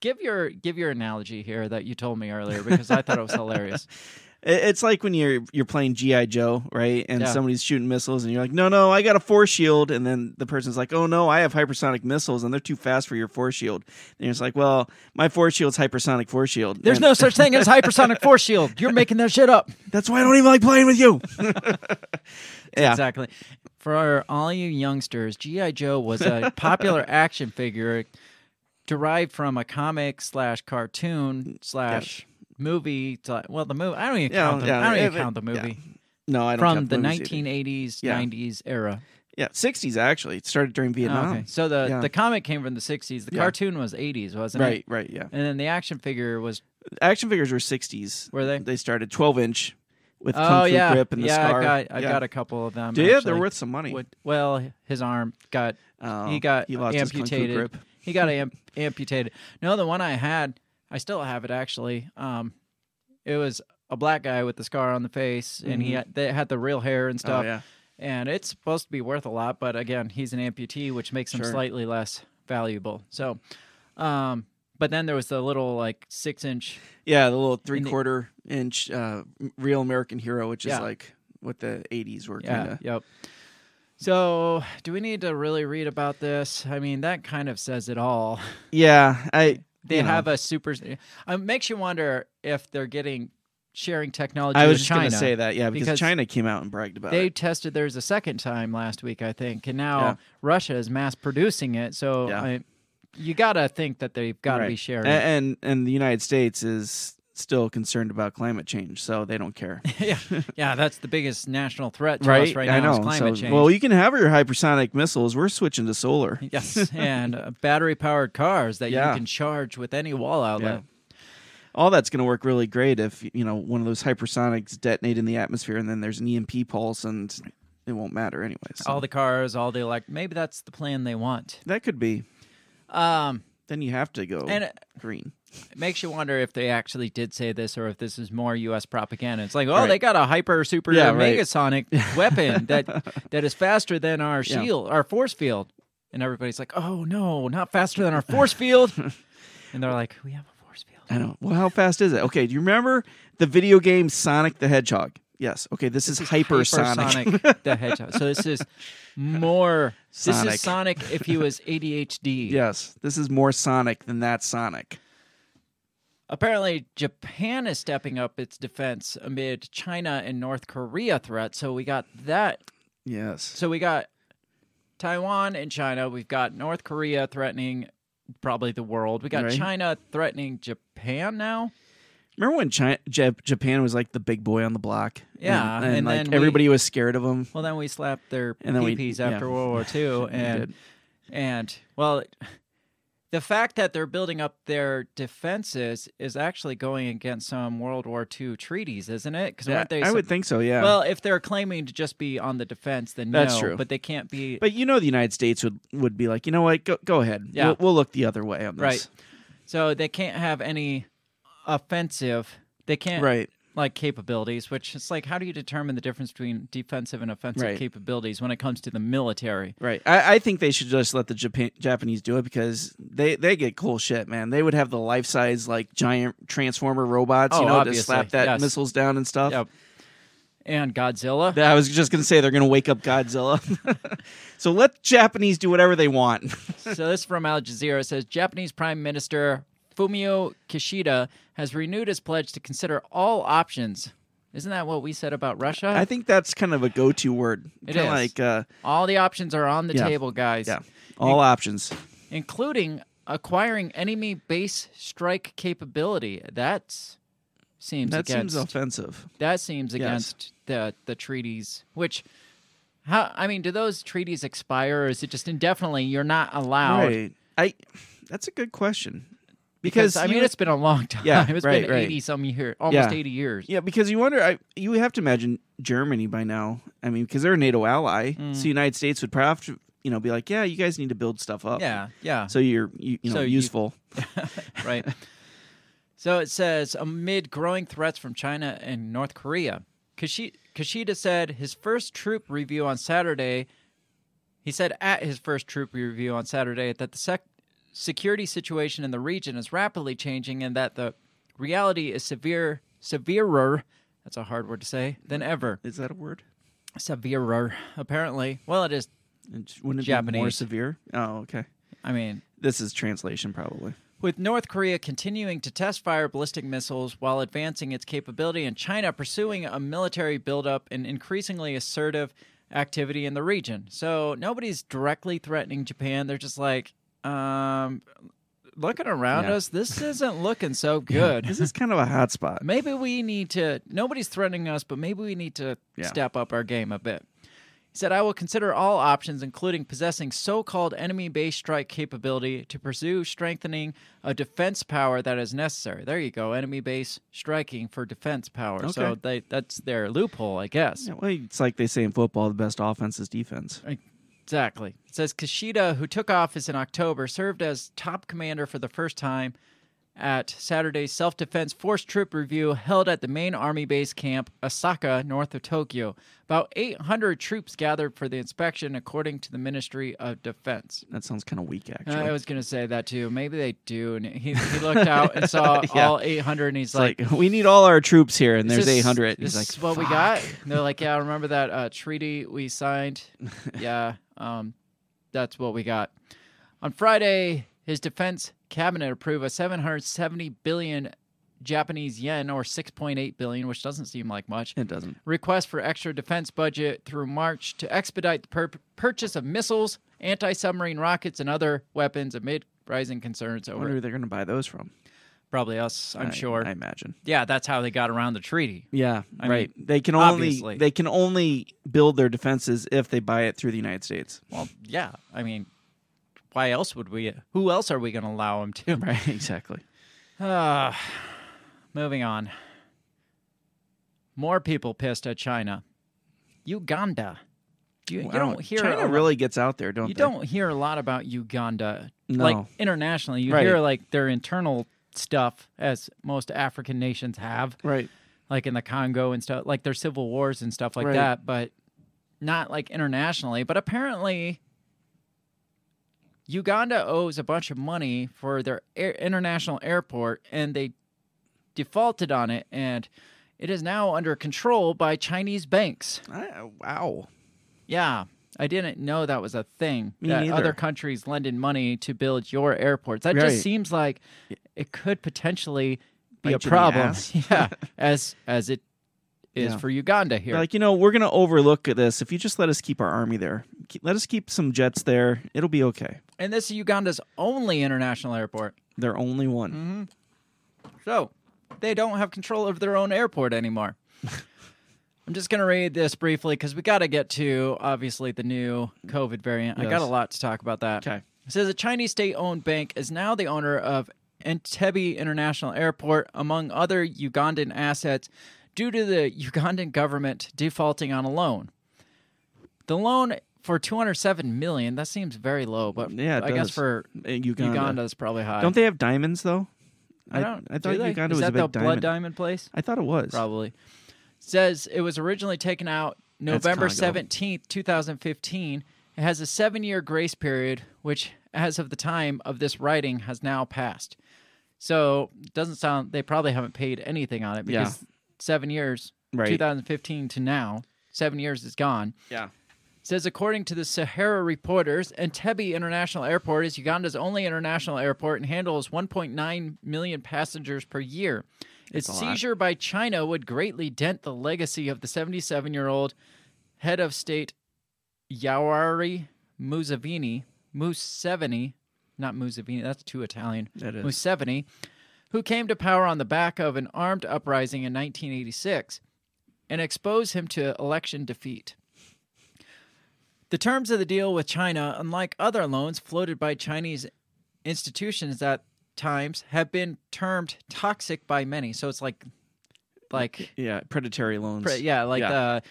[SPEAKER 1] give your give your analogy here that you told me earlier because I thought it was hilarious.
[SPEAKER 2] I- It's like when you're you're playing GI Joe, right? And
[SPEAKER 1] Yeah.
[SPEAKER 2] somebody's shooting missiles, and you're like, "No, no, I got a force shield," and then the person's like, "Oh no, I have hypersonic missiles, and they're too fast for your force shield." And it's like, "Well, my force shield's hypersonic force shield."
[SPEAKER 1] There's
[SPEAKER 2] And
[SPEAKER 1] no such thing as hypersonic force shield. You're making that shit up.
[SPEAKER 2] That's why I don't even like playing with you. yeah,
[SPEAKER 1] Exactly. For all you youngsters, G.I. Joe was a popular action figure derived from a comic slash cartoon slash movie. sla- Well, the movie. I don't even
[SPEAKER 2] Yeah,
[SPEAKER 1] count the,
[SPEAKER 2] yeah,
[SPEAKER 1] I don't even
[SPEAKER 2] if it-
[SPEAKER 1] count the movie.
[SPEAKER 2] no, I don't
[SPEAKER 1] From
[SPEAKER 2] count
[SPEAKER 1] the
[SPEAKER 2] movies either.
[SPEAKER 1] 1980s,
[SPEAKER 2] Yeah.
[SPEAKER 1] 90s era.
[SPEAKER 2] yeah, sixties actually. It started during
[SPEAKER 1] Oh,
[SPEAKER 2] Vietnam.
[SPEAKER 1] okay. So the,
[SPEAKER 2] Yeah.
[SPEAKER 1] the comic came from the 60s. The
[SPEAKER 2] Yeah.
[SPEAKER 1] cartoon was 80s, wasn't
[SPEAKER 2] Right,
[SPEAKER 1] it?
[SPEAKER 2] right, yeah.
[SPEAKER 1] And then the action figure was,
[SPEAKER 2] Action figures were sixties.
[SPEAKER 1] were they?
[SPEAKER 2] They started twelve inch with
[SPEAKER 1] oh,
[SPEAKER 2] kung fu
[SPEAKER 1] yeah.
[SPEAKER 2] grip and the
[SPEAKER 1] yeah,
[SPEAKER 2] scar.
[SPEAKER 1] I got, I
[SPEAKER 2] Yeah.
[SPEAKER 1] got a couple of them.
[SPEAKER 2] Do you? They're
[SPEAKER 1] actually.
[SPEAKER 2] worth some money.
[SPEAKER 1] What- well, his arm got
[SPEAKER 2] Oh,
[SPEAKER 1] he got
[SPEAKER 2] he lost his kung fu
[SPEAKER 1] amputated.
[SPEAKER 2] grip. Oh,
[SPEAKER 1] He got am- amputated. No, the one I had, I still have it actually. Um, it was a black guy with the scar on the face, and he had, they had the real hair and stuff.
[SPEAKER 2] Mm-hmm. Oh, yeah.
[SPEAKER 1] And it's supposed to be worth a lot, but again, he's an amputee, which makes him
[SPEAKER 2] Sure.
[SPEAKER 1] slightly less valuable. So, um, but then there was the little like six inch.
[SPEAKER 2] Yeah, the little three
[SPEAKER 1] And the-
[SPEAKER 2] quarter inch uh, real American hero, which
[SPEAKER 1] Yeah.
[SPEAKER 2] is like what the eighties were
[SPEAKER 1] Yeah.
[SPEAKER 2] kind of.
[SPEAKER 1] Yep. So, do we need to really read about this? I mean, that kind of says it all.
[SPEAKER 2] Yeah, I
[SPEAKER 1] they
[SPEAKER 2] you know,
[SPEAKER 1] have a super. uh, It makes you wonder if they're getting sharing technology.
[SPEAKER 2] I
[SPEAKER 1] with
[SPEAKER 2] was just
[SPEAKER 1] China.
[SPEAKER 2] gonna say that. Yeah, because,
[SPEAKER 1] because
[SPEAKER 2] China came out and bragged about
[SPEAKER 1] they
[SPEAKER 2] it.
[SPEAKER 1] tested theirs a second time last week, I think, and now
[SPEAKER 2] Yeah.
[SPEAKER 1] Russia is mass producing it. So
[SPEAKER 2] Yeah.
[SPEAKER 1] I, you gotta think that they've got to
[SPEAKER 2] Right.
[SPEAKER 1] be sharing.
[SPEAKER 2] A- and and the United States is still concerned about climate change, so they don't care.
[SPEAKER 1] yeah, yeah, that's the biggest national threat to us right now
[SPEAKER 2] I
[SPEAKER 1] is
[SPEAKER 2] know.
[SPEAKER 1] climate
[SPEAKER 2] So-
[SPEAKER 1] change.
[SPEAKER 2] Well, you can have your hypersonic missiles. We're switching to solar.
[SPEAKER 1] yes, and uh, battery-powered cars that
[SPEAKER 2] Yeah.
[SPEAKER 1] you can charge with any wall outlet.
[SPEAKER 2] All that's going to work really great if you know one of those hypersonics detonate in the atmosphere, and then there's an EMP pulse, and it won't matter anyways.
[SPEAKER 1] All the cars, all the like. Maybe that's the plan they want.
[SPEAKER 2] that could be.
[SPEAKER 1] Um,
[SPEAKER 2] Then you have to go
[SPEAKER 1] and uh, it
[SPEAKER 2] green.
[SPEAKER 1] it makes you wonder if they actually did say this or if this is more U.S. propaganda. It's like, oh,
[SPEAKER 2] Right.
[SPEAKER 1] they got a hyper, super,
[SPEAKER 2] Yeah, right.
[SPEAKER 1] megasonic weapon that that is faster than our
[SPEAKER 2] Yeah.
[SPEAKER 1] shield, our force field, and everybody's like, oh no, not faster than our force field, and they're like, we have a force field.
[SPEAKER 2] I know. Well, how fast is it? Okay, do you remember the video game Sonic the Hedgehog? Yes. Okay, this, is, hypersonic.
[SPEAKER 1] Hypersonic the Hedgehog. So this is more. This
[SPEAKER 2] Sonic.
[SPEAKER 1] is Sonic if he was ADHD.
[SPEAKER 2] yes, this is more Sonic than that Sonic.
[SPEAKER 1] Apparently, Japan is stepping up its defense amid China and North Korea threat. So we got that.
[SPEAKER 2] Yes.
[SPEAKER 1] So we got Taiwan and China. We've got North Korea threatening probably the world. We got
[SPEAKER 2] Right.
[SPEAKER 1] China threatening Japan now.
[SPEAKER 2] Remember when China, Japan was like the big boy on the block?
[SPEAKER 1] Yeah,
[SPEAKER 2] and, and,
[SPEAKER 1] and
[SPEAKER 2] like
[SPEAKER 1] then we-
[SPEAKER 2] everybody was scared of him.
[SPEAKER 1] Well, then we slapped their
[SPEAKER 2] And then we-
[SPEAKER 1] peepees
[SPEAKER 2] yeah.
[SPEAKER 1] after World War II, and
[SPEAKER 2] did.
[SPEAKER 1] and well, the fact that they're building up their defenses is actually going against some World War II treaties, isn't it? Because
[SPEAKER 2] Yeah,
[SPEAKER 1] weren't they?
[SPEAKER 2] I
[SPEAKER 1] sup-
[SPEAKER 2] would think so. Yeah.
[SPEAKER 1] Well, if they're claiming to just be on the defense, then
[SPEAKER 2] That's
[SPEAKER 1] no,
[SPEAKER 2] true.
[SPEAKER 1] But they can't be
[SPEAKER 2] but you know, the United States would would be like, you know what? Go go ahead.
[SPEAKER 1] Yeah.
[SPEAKER 2] We'll, we'll look the other way on this.
[SPEAKER 1] right. So they can't have any offensive. They can't
[SPEAKER 2] Right.
[SPEAKER 1] like capabilities, which it's like, how do you determine the difference between defensive and offensive
[SPEAKER 2] Right.
[SPEAKER 1] capabilities when it comes to the military?
[SPEAKER 2] Right. I, I think they should just let the Japan, Japanese do it because they, they get cool shit, man. They would have the life size like giant transformer robots,
[SPEAKER 1] Oh,
[SPEAKER 2] you know,
[SPEAKER 1] obviously.
[SPEAKER 2] to slap that
[SPEAKER 1] Yes.
[SPEAKER 2] missiles down and stuff.
[SPEAKER 1] Yep. And Godzilla.
[SPEAKER 2] I was just gonna say they're gonna wake up Godzilla. so let Japanese do whatever they want.
[SPEAKER 1] so this from Al Jazeera says Japanese Prime Minister Fumio Kishida has renewed his pledge to consider all options. Isn't that what we said about Russia?
[SPEAKER 2] I think that's kind of a go to word.
[SPEAKER 1] It
[SPEAKER 2] Kinda
[SPEAKER 1] is.
[SPEAKER 2] like uh,
[SPEAKER 1] all the options are on the
[SPEAKER 2] Yeah.
[SPEAKER 1] table, guys.
[SPEAKER 2] yeah, all options.
[SPEAKER 1] Including acquiring enemy base strike capability. That's seems
[SPEAKER 2] That
[SPEAKER 1] against
[SPEAKER 2] seems offensive.
[SPEAKER 1] that seems
[SPEAKER 2] Yes.
[SPEAKER 1] against the the treaties which how I mean, do those treaties expire or is it just indefinitely you're not allowed?
[SPEAKER 2] Right. I. That's a good question.
[SPEAKER 1] Because, I
[SPEAKER 2] you
[SPEAKER 1] mean,
[SPEAKER 2] would-
[SPEAKER 1] it's been a long time.
[SPEAKER 2] Yeah,
[SPEAKER 1] it's
[SPEAKER 2] right,
[SPEAKER 1] been
[SPEAKER 2] right.
[SPEAKER 1] eighty some years, almost
[SPEAKER 2] Yeah.
[SPEAKER 1] eighty years.
[SPEAKER 2] Yeah, because you wonder, I, you have to imagine Germany by now. I mean, because they're a NATO ally,
[SPEAKER 1] Mm.
[SPEAKER 2] so the United States would probably have to, you know, be like, yeah, you guys need to build stuff up.
[SPEAKER 1] Yeah, yeah,
[SPEAKER 2] So you're, you, you know,
[SPEAKER 1] So you-
[SPEAKER 2] useful.
[SPEAKER 1] right. So it says amid growing threats from China and North Korea, Kishi- Kishida said his first troop review on Saturday. He said at his first troop review on Saturday that the sec- security situation in the region is rapidly changing and that the reality is severe, severer. That's a hard word to say than ever.
[SPEAKER 2] Is that a word?
[SPEAKER 1] Severer, apparently. Well, it is.
[SPEAKER 2] And j- Wouldn't it be more
[SPEAKER 1] Japanese.
[SPEAKER 2] severe? Oh, okay.
[SPEAKER 1] I mean,
[SPEAKER 2] This is translation, probably.
[SPEAKER 1] With North Korea continuing to test fire ballistic missiles while advancing its capability, and China pursuing a military buildup and increasingly assertive activity in the region. So nobody's directly threatening Japan. They're just like, um, looking around
[SPEAKER 2] Yeah.
[SPEAKER 1] us, this isn't looking so good.
[SPEAKER 2] This is kind of a hot spot.
[SPEAKER 1] Maybe we need to, nobody's threatening us, but maybe we need to
[SPEAKER 2] Yeah.
[SPEAKER 1] step up our game a bit. He said, I will consider all options, including possessing so called enemy based strike capability, to pursue strengthening a defense power that is necessary. There you go, enemy based striking for defense power. So
[SPEAKER 2] Okay.
[SPEAKER 1] they, that's their loophole, I guess.
[SPEAKER 2] Yeah, well, it's like they say in football the best offense is defense.
[SPEAKER 1] Exactly. It says Kishida, who took office in October, served as top commander for the first time at Saturday's Self Defense Force Troop Review held at the main Army base camp, Osaka, north of Tokyo. About 800 troops gathered for the inspection, according to the Ministry of Defense.
[SPEAKER 2] That sounds kind of weak, actually.
[SPEAKER 1] I Uh, was going to say that too. Maybe they do. And he, he looked out and saw
[SPEAKER 2] Yeah.
[SPEAKER 1] all 800, and he's
[SPEAKER 2] it's
[SPEAKER 1] like,
[SPEAKER 2] like, we need all our troops here, and
[SPEAKER 1] this
[SPEAKER 2] there's
[SPEAKER 1] is-
[SPEAKER 2] 800.
[SPEAKER 1] This
[SPEAKER 2] He's like,
[SPEAKER 1] is what we
[SPEAKER 2] "Fuck."
[SPEAKER 1] got. And they're like, yeah, remember that uh, treaty we signed? yeah, um, that's what we got. On Friday, his defense cabinet approved a 770 billion Japanese yen, or 6.8 billion, which doesn't seem like much,
[SPEAKER 2] It doesn't.
[SPEAKER 1] request for extra defense budget through March to expedite the pur- purchase of missiles, anti-submarine rockets, and other weapons amid rising concerns
[SPEAKER 2] I
[SPEAKER 1] over
[SPEAKER 2] wonder who they're going to buy those from.
[SPEAKER 1] Probably us, I'm
[SPEAKER 2] I-
[SPEAKER 1] sure.
[SPEAKER 2] I imagine.
[SPEAKER 1] yeah, that's how they got around the treaty.
[SPEAKER 2] Yeah,
[SPEAKER 1] I
[SPEAKER 2] right. they can
[SPEAKER 1] obviously.
[SPEAKER 2] only they can only build their defenses if they buy it through the United States.
[SPEAKER 1] Well, yeah. I mean, why else would we? Who else are we going to allow them to?
[SPEAKER 2] Right, exactly.
[SPEAKER 1] Uh, moving on. More people pissed at China. Uganda. You, you
[SPEAKER 2] Wow,
[SPEAKER 1] don't hear
[SPEAKER 2] China
[SPEAKER 1] a-
[SPEAKER 2] really gets out there, don't
[SPEAKER 1] You
[SPEAKER 2] they?
[SPEAKER 1] don't hear a lot about Uganda,
[SPEAKER 2] No.
[SPEAKER 1] like internationally. You
[SPEAKER 2] Right.
[SPEAKER 1] hear like their internal stuff, as most African nations have,
[SPEAKER 2] Right.
[SPEAKER 1] like in the Congo and stuff, like their civil wars and stuff like
[SPEAKER 2] Right.
[SPEAKER 1] that, but not like internationally. But apparently, Uganda owes a bunch of money for their air- international airport, and they defaulted on it, and it is now under control by Chinese banks.
[SPEAKER 2] I, wow.
[SPEAKER 1] Yeah. I didn't know that was a thing.
[SPEAKER 2] Me
[SPEAKER 1] that
[SPEAKER 2] neither.
[SPEAKER 1] other countries lending money to build your airports. That
[SPEAKER 2] Right.
[SPEAKER 1] just seems like it could potentially be a
[SPEAKER 2] Bite you in the
[SPEAKER 1] problem.
[SPEAKER 2] ass.
[SPEAKER 1] yeah. As as it is
[SPEAKER 2] Yeah.
[SPEAKER 1] for Uganda here.
[SPEAKER 2] They're like, you know, we're going to overlook this if you just let us keep our army there. Ke- Let us keep some jets there. It'll be okay.
[SPEAKER 1] and this is Uganda's only international airport.
[SPEAKER 2] They're only one.
[SPEAKER 1] So they don't have control of their own airport anymore. I'm just going to read this briefly because we got to get to obviously the new COVID variant. I got
[SPEAKER 2] Yes.
[SPEAKER 1] a lot to talk about that.
[SPEAKER 2] Okay.
[SPEAKER 1] It says a Chinese state owned bank is now the owner of Entebbe International Airport, among other Ugandan assets, due to the Ugandan government defaulting on a loan. The loan for 207 million, that seems very low, but
[SPEAKER 2] Yeah, it
[SPEAKER 1] I guess
[SPEAKER 2] does.
[SPEAKER 1] for
[SPEAKER 2] Uh, Uganda.
[SPEAKER 1] Uganda is probably high.
[SPEAKER 2] Don't they have diamonds though?
[SPEAKER 1] I don't.
[SPEAKER 2] I, thought
[SPEAKER 1] do they?
[SPEAKER 2] Uganda
[SPEAKER 1] is
[SPEAKER 2] was
[SPEAKER 1] that
[SPEAKER 2] a big
[SPEAKER 1] the blood
[SPEAKER 2] diamond.
[SPEAKER 1] diamond place?
[SPEAKER 2] I thought it was.
[SPEAKER 1] Probably. Says it was originally taken out November
[SPEAKER 2] Congo.
[SPEAKER 1] seventeenth, two thousand fifteen. It has a seven-year grace period, which, as of the time of this writing, has now passed. So it doesn't sound they probably haven't paid anything on it
[SPEAKER 2] Yeah.
[SPEAKER 1] because seven years,
[SPEAKER 2] Right.
[SPEAKER 1] two thousand fifteen to now, seven years is gone
[SPEAKER 2] Yeah.
[SPEAKER 1] says according to the Sahara reporters, Entebbe International Airport is Uganda's only international airport and handles 1.9 million passengers per year. Its
[SPEAKER 2] a lot.
[SPEAKER 1] seizure by China would greatly dent the legacy of the 77-year-old head of state Yoweri Museveni, Museveni, not Museveni, that's too Italian.
[SPEAKER 2] That is.
[SPEAKER 1] Museveni, who came to power on the back of an armed uprising in 1986 and expose him to election defeat. The terms of the deal with China, unlike other loans floated by Chinese institutions at times, have been termed toxic by many. So it's like, like,
[SPEAKER 2] Yeah, predatory loans.
[SPEAKER 1] pre- yeah, like
[SPEAKER 2] Yeah.
[SPEAKER 1] the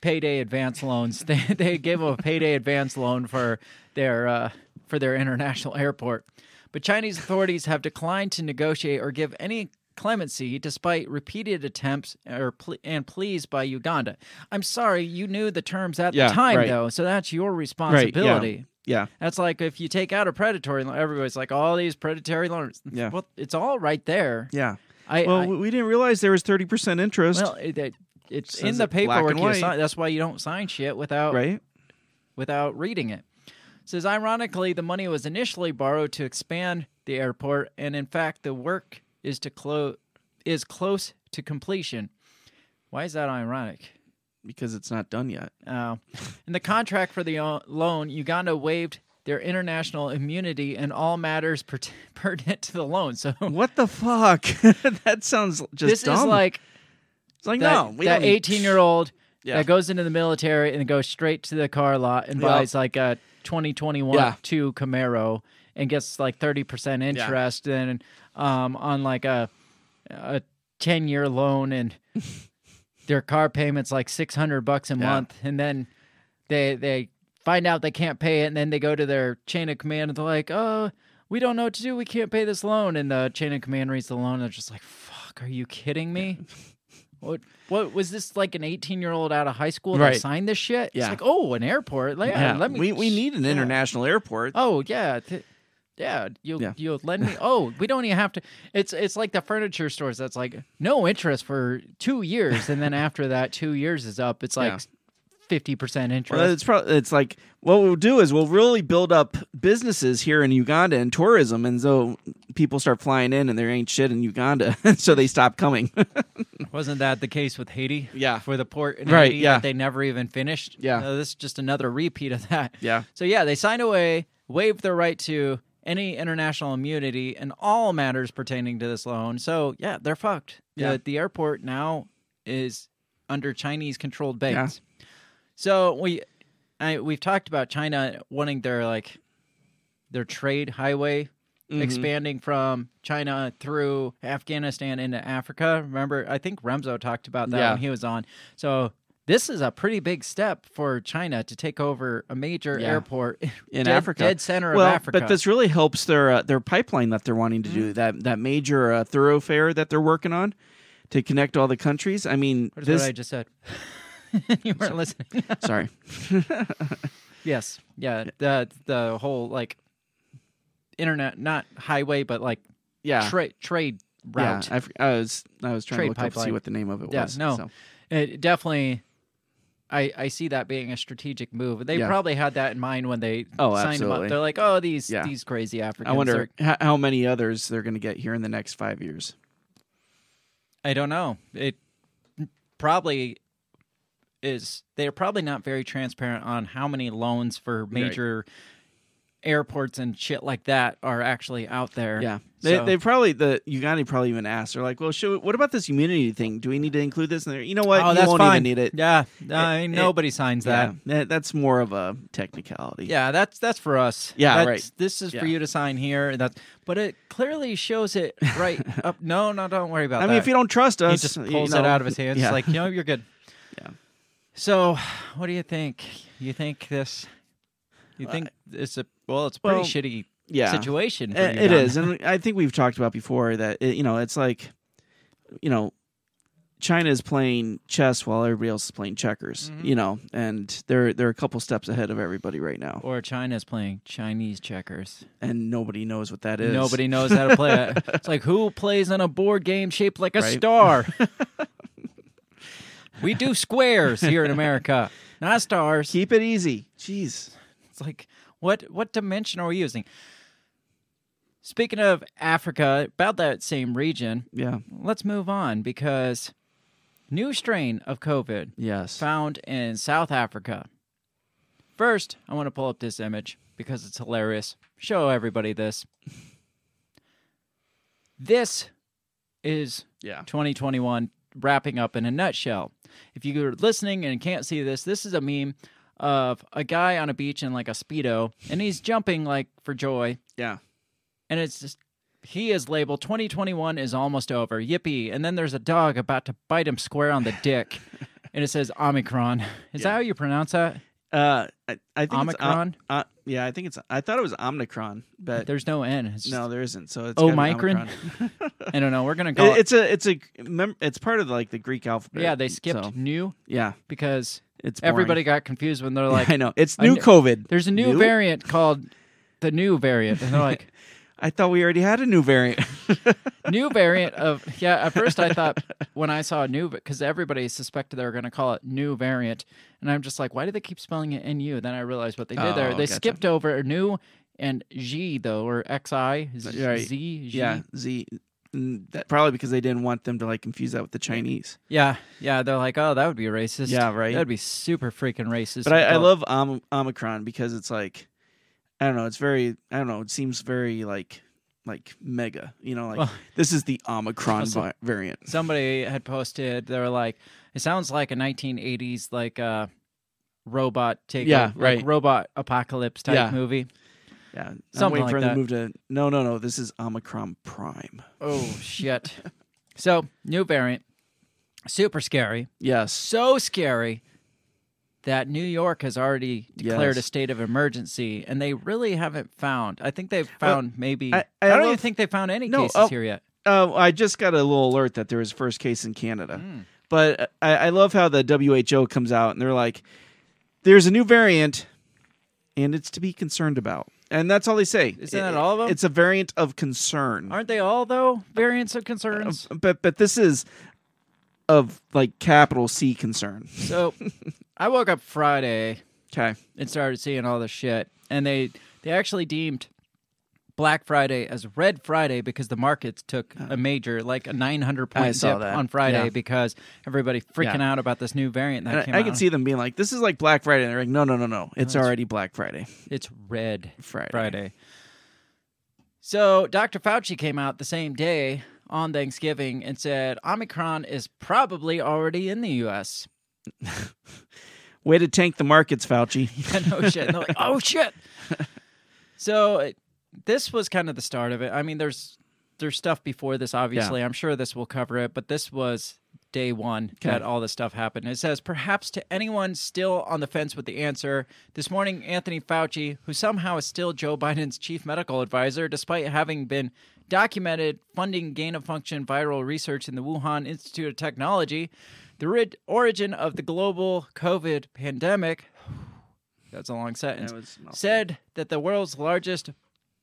[SPEAKER 1] payday advance loans. They they gave them a payday advance loan for their uh, for their international airport, but Chinese authorities have declined to negotiate or give any clemency despite repeated attempts or ple- and pleas by Uganda. I'm sorry, you knew the terms at
[SPEAKER 2] Yeah,
[SPEAKER 1] the time
[SPEAKER 2] right.
[SPEAKER 1] though, so that's your
[SPEAKER 2] Right,
[SPEAKER 1] responsibility.
[SPEAKER 2] yeah. Yeah.
[SPEAKER 1] That's like if you take out a predatory loan, everybody's like, all these predatory loans.
[SPEAKER 2] Yeah.
[SPEAKER 1] Well, it's all right there.
[SPEAKER 2] Yeah.
[SPEAKER 1] I,
[SPEAKER 2] Well,
[SPEAKER 1] I-
[SPEAKER 2] we- we didn't realize there was 30% interest,
[SPEAKER 1] well, it, it- it's in
[SPEAKER 2] Says
[SPEAKER 1] the
[SPEAKER 2] it black
[SPEAKER 1] paperwork.
[SPEAKER 2] and
[SPEAKER 1] You
[SPEAKER 2] white.
[SPEAKER 1] sign, that's why you don't sign shit without
[SPEAKER 2] right?
[SPEAKER 1] without reading it. Says ironically, the money was initially borrowed to expand the airport, and in fact, the work is to close is close to completion. Why is that ironic?
[SPEAKER 2] Because it's not done yet.
[SPEAKER 1] Uh, in the contract for the o- loan, Uganda waived their international immunity in all matters pert- pertinent to the loan. So
[SPEAKER 2] What the fuck? that sounds just
[SPEAKER 1] this
[SPEAKER 2] dumb.
[SPEAKER 1] is like
[SPEAKER 2] it's like
[SPEAKER 1] that,
[SPEAKER 2] no, we
[SPEAKER 1] that
[SPEAKER 2] don't-
[SPEAKER 1] 18 year old
[SPEAKER 2] Yeah.
[SPEAKER 1] that goes into the military and goes straight to the car lot and
[SPEAKER 2] Yeah.
[SPEAKER 1] buys like a 2021
[SPEAKER 2] Yeah.
[SPEAKER 1] 2 Camaro and gets like 30% interest and um, on like a a 10 year loan and their car payments like 600 bucks a
[SPEAKER 2] Yeah.
[SPEAKER 1] month and then they they find out they can't pay it and then they go to their chain of command and they're like oh we don't know what to do we can't pay this loan and the chain of command reads the loan and they're just like fuck are you kidding me what what was this like an 18 year old out of high school that
[SPEAKER 2] Right.
[SPEAKER 1] signed this shit
[SPEAKER 2] Yeah.
[SPEAKER 1] it's like oh an airport like,
[SPEAKER 2] Yeah,
[SPEAKER 1] let me
[SPEAKER 2] we, we need an international airport.
[SPEAKER 1] oh yeah th- yeah, you'll
[SPEAKER 2] Yeah.
[SPEAKER 1] you'll lend me. Oh, we don't even have to. It's it's like the furniture stores. That's like no interest for two years, and then after that two years is up, it's
[SPEAKER 2] Yeah.
[SPEAKER 1] like fifty percent interest.
[SPEAKER 2] Well, it's probably it's like what we'll do is we'll really build up businesses here in Uganda and tourism, and so people start flying in, and there ain't shit in Uganda, so they stop coming.
[SPEAKER 1] Wasn't that the case with Haiti?
[SPEAKER 2] Yeah.
[SPEAKER 1] For the port in
[SPEAKER 2] Right,
[SPEAKER 1] Haiti
[SPEAKER 2] yeah.
[SPEAKER 1] that they never even finished?
[SPEAKER 2] Yeah.
[SPEAKER 1] Uh, this is just another repeat of that.
[SPEAKER 2] Yeah.
[SPEAKER 1] So, yeah, they signed away, waived their right to any international immunity in all matters pertaining to this loan. So yeah, they're fucked.
[SPEAKER 2] Yeah.
[SPEAKER 1] The, the airport now is under Chinese controlled banks. So we I, we've talked about China wanting their like their trade highway
[SPEAKER 2] Mhm.
[SPEAKER 1] expanding from China through Afghanistan into Africa. Remember, I think Remzo talked about that
[SPEAKER 2] Yeah.
[SPEAKER 1] when he was on. So this is a pretty big step for China to take over a major
[SPEAKER 2] Yeah.
[SPEAKER 1] airport
[SPEAKER 2] in
[SPEAKER 1] dead-
[SPEAKER 2] Africa,
[SPEAKER 1] dead center
[SPEAKER 2] well,
[SPEAKER 1] of Africa. Mm-hmm.
[SPEAKER 2] but this really helps their uh, their pipeline that they're wanting to do that that major uh, thoroughfare that they're working on to connect all the countries. I mean,
[SPEAKER 1] What is
[SPEAKER 2] this
[SPEAKER 1] what I just said. you weren't listening.
[SPEAKER 2] sorry,
[SPEAKER 1] yes, yeah. The the whole like internet, not highway, but like
[SPEAKER 2] yeah,
[SPEAKER 1] tra- trade
[SPEAKER 2] yeah.
[SPEAKER 1] route.
[SPEAKER 2] I, f- I was I was trying
[SPEAKER 1] Trade
[SPEAKER 2] to look up to see
[SPEAKER 1] pipeline.
[SPEAKER 2] what the name of it
[SPEAKER 1] Yeah,
[SPEAKER 2] was.
[SPEAKER 1] no.
[SPEAKER 2] so.
[SPEAKER 1] It definitely. I, I see that being a strategic move. They
[SPEAKER 2] Yeah.
[SPEAKER 1] probably had that in mind when they
[SPEAKER 2] Oh,
[SPEAKER 1] signed him
[SPEAKER 2] absolutely.
[SPEAKER 1] up. They're like, oh, these
[SPEAKER 2] Yeah.
[SPEAKER 1] these crazy Africans.
[SPEAKER 2] I wonder
[SPEAKER 1] are-
[SPEAKER 2] h- how many others they're going to get here in the next five years.
[SPEAKER 1] I don't know. It probably is. They are probably not very transparent on how many loans for major airports and shit like that are actually out there.
[SPEAKER 2] Yeah, they,
[SPEAKER 1] So-
[SPEAKER 2] they probably the Ugandi probably even asked. They're like, well, should, what about this immunity thing? Do we need to include this? And they're, you know what?
[SPEAKER 1] Oh,
[SPEAKER 2] you
[SPEAKER 1] that's
[SPEAKER 2] won't
[SPEAKER 1] fine.
[SPEAKER 2] even need it.
[SPEAKER 1] Yeah, I mean,
[SPEAKER 2] it-
[SPEAKER 1] nobody signs that.
[SPEAKER 2] Yeah, that- that's more of a technicality.
[SPEAKER 1] Yeah, that's that's for us.
[SPEAKER 2] Yeah,
[SPEAKER 1] that's,
[SPEAKER 2] right.
[SPEAKER 1] This is for
[SPEAKER 2] Yeah.
[SPEAKER 1] you to sign here. and That's but it clearly shows it right up. No, no, don't worry about
[SPEAKER 2] I
[SPEAKER 1] that.
[SPEAKER 2] mean, if you don't trust us,
[SPEAKER 1] he just
[SPEAKER 2] you
[SPEAKER 1] pulls
[SPEAKER 2] know,
[SPEAKER 1] it out of his hands,
[SPEAKER 2] yeah.
[SPEAKER 1] like you know, you're good.
[SPEAKER 2] Yeah.
[SPEAKER 1] So, what do you think? You think this? You think it's a well? It's a pretty
[SPEAKER 2] Well,
[SPEAKER 1] shitty
[SPEAKER 2] yeah,
[SPEAKER 1] situation. For
[SPEAKER 2] Eh, It- it
[SPEAKER 1] Uganda.
[SPEAKER 2] is, and I think we've talked about before that it, you know it's like, you know, China is playing chess while everybody else is playing checkers.
[SPEAKER 1] Mm-hmm.
[SPEAKER 2] You know, and they're they're a couple steps ahead of everybody right now,
[SPEAKER 1] Or China's playing Chinese checkers.
[SPEAKER 2] and nobody knows what that is.
[SPEAKER 1] Nobody knows how to play it. It's like who plays on a board game shaped like a
[SPEAKER 2] Right.
[SPEAKER 1] star? we do squares here in America, not stars.
[SPEAKER 2] Keep it easy. Jeez.
[SPEAKER 1] It's like what what dimension are we using? Speaking of Africa, about that same region,
[SPEAKER 2] Yeah.
[SPEAKER 1] let's move on because new strain of COVID
[SPEAKER 2] Yes.
[SPEAKER 1] found in South Africa. First, I want to pull up this image because it's hilarious. Show everybody this. This is
[SPEAKER 2] Yeah.
[SPEAKER 1] 2021 wrapping up in a nutshell. If you're listening and can't see this, this is a meme of a guy on a beach in like a speedo and he's jumping like for joy
[SPEAKER 2] Yeah.
[SPEAKER 1] and it's just he is labeled 2021 is almost over. Yippee. And then there's a dog about to bite him square on the dick. and it says Omicron. Is that
[SPEAKER 2] Yeah.
[SPEAKER 1] how you pronounce that?
[SPEAKER 2] Uh, I, I think It's,
[SPEAKER 1] Omicron?
[SPEAKER 2] uh, uh, yeah, I think it's. I thought it was Omnicron, but
[SPEAKER 1] There's no N. It's just,
[SPEAKER 2] no, there isn't. So it's
[SPEAKER 1] Oh,
[SPEAKER 2] gotta be
[SPEAKER 1] Micron?
[SPEAKER 2] Omicron.
[SPEAKER 1] I don't know. We're going to call
[SPEAKER 2] It-
[SPEAKER 1] it.
[SPEAKER 2] it's a it's a mem- it's part of like the Greek alphabet.
[SPEAKER 1] Oh. yeah, they skipped
[SPEAKER 2] so,
[SPEAKER 1] new
[SPEAKER 2] yeah,
[SPEAKER 1] because
[SPEAKER 2] it's boring.
[SPEAKER 1] everybody got confused when they're like,
[SPEAKER 2] I know it's
[SPEAKER 1] I
[SPEAKER 2] new
[SPEAKER 1] kn-
[SPEAKER 2] COVID.
[SPEAKER 1] there's a new,
[SPEAKER 2] New?
[SPEAKER 1] variant called the new variant. And they're like,
[SPEAKER 2] I thought we already had a new variant.
[SPEAKER 1] new variant of. Yeah, at first I thought when I saw new, because everybody suspected they were going to call it new variant. And I'm just like, why do they keep spelling it NU? Then I realized what they did there.
[SPEAKER 2] Oh,
[SPEAKER 1] They
[SPEAKER 2] gotcha.
[SPEAKER 1] skipped over new and G, though, or XI, Z,
[SPEAKER 2] Right.
[SPEAKER 1] Z.
[SPEAKER 2] yeah, Z. mm, That, probably because they didn't want them to like confuse that with the Chinese.
[SPEAKER 1] Yeah, yeah, they're like, oh, that would be racist.
[SPEAKER 2] Yeah, right.
[SPEAKER 1] That'd be super freaking racist.
[SPEAKER 2] But I, I
[SPEAKER 1] Oh,
[SPEAKER 2] love Om- Omicron because it's like, I don't know. It's very. I don't know. It seems very like like mega. You know, like
[SPEAKER 1] Well-
[SPEAKER 2] this is the Omicron
[SPEAKER 1] Also-
[SPEAKER 2] vi- variant.
[SPEAKER 1] somebody had posted. They were like, it sounds like a 1980s like uh, robot take,
[SPEAKER 2] Yeah,
[SPEAKER 1] like,
[SPEAKER 2] right.
[SPEAKER 1] robot apocalypse type
[SPEAKER 2] Yeah.
[SPEAKER 1] movie.
[SPEAKER 2] Yeah, I'm
[SPEAKER 1] Something
[SPEAKER 2] waiting
[SPEAKER 1] like
[SPEAKER 2] for
[SPEAKER 1] that.
[SPEAKER 2] them to move to. No, no, no. This is Omicron Prime.
[SPEAKER 1] Oh shit! So new variant, super scary,
[SPEAKER 2] Yes.
[SPEAKER 1] so scary that New York has already declared
[SPEAKER 2] Yes.
[SPEAKER 1] a state of emergency, and they really haven't found. I think they've found maybe.
[SPEAKER 2] I-
[SPEAKER 1] I,
[SPEAKER 2] I
[SPEAKER 1] don't
[SPEAKER 2] love-
[SPEAKER 1] even think they found any
[SPEAKER 2] No,
[SPEAKER 1] cases
[SPEAKER 2] oh,
[SPEAKER 1] here yet.
[SPEAKER 2] Uh, I just got a little alert that there was first case in Canada,
[SPEAKER 1] Hmm.
[SPEAKER 2] but uh, I, I love how the WHO comes out and they're like, "There's a new variant, and it's to be concerned about." And that's all they say.
[SPEAKER 1] Isn't
[SPEAKER 2] It-
[SPEAKER 1] that all of 'em?
[SPEAKER 2] It's a variant of concern.
[SPEAKER 1] Aren't they all though variants of concerns?
[SPEAKER 2] But but this is of like capital C concern.
[SPEAKER 1] So I woke up Friday
[SPEAKER 2] Okay.
[SPEAKER 1] and started seeing all this shit. And they they actually deemed Black Friday as Red Friday because the markets took a major, like a 900
[SPEAKER 2] Oh. I
[SPEAKER 1] point
[SPEAKER 2] saw
[SPEAKER 1] dip
[SPEAKER 2] that.
[SPEAKER 1] on Friday
[SPEAKER 2] Yeah.
[SPEAKER 1] because everybody freaking
[SPEAKER 2] Yeah.
[SPEAKER 1] out about this new variant that
[SPEAKER 2] And
[SPEAKER 1] came
[SPEAKER 2] I, I
[SPEAKER 1] out.
[SPEAKER 2] can see them being like, "This is like Black Friday." And they're like, "No, no, no, no. It's already Black Friday."
[SPEAKER 1] it's Red
[SPEAKER 2] Friday.
[SPEAKER 1] Friday. So Dr. Fauci came out the same day on Thanksgiving and said Omicron is probably already in the U.S.
[SPEAKER 2] Way to tank the markets, Fauci.
[SPEAKER 1] Yeah, no shit. And they're like, oh shit. So it- this was kind of the start of it. I mean, there's there's stuff before this, obviously. I'm sure this will cover it, but this was day one that all this stuff happened. It says, perhaps to anyone still on the fence with the answer, this morning Anthony Fauci, who somehow is still Joe Biden's chief medical advisor, despite having been documented funding gain of function viral research in the Wuhan Institute of Technology, the rid- origin of the global COVID pandemic. That's a long sentence
[SPEAKER 2] was
[SPEAKER 1] said that the world's largest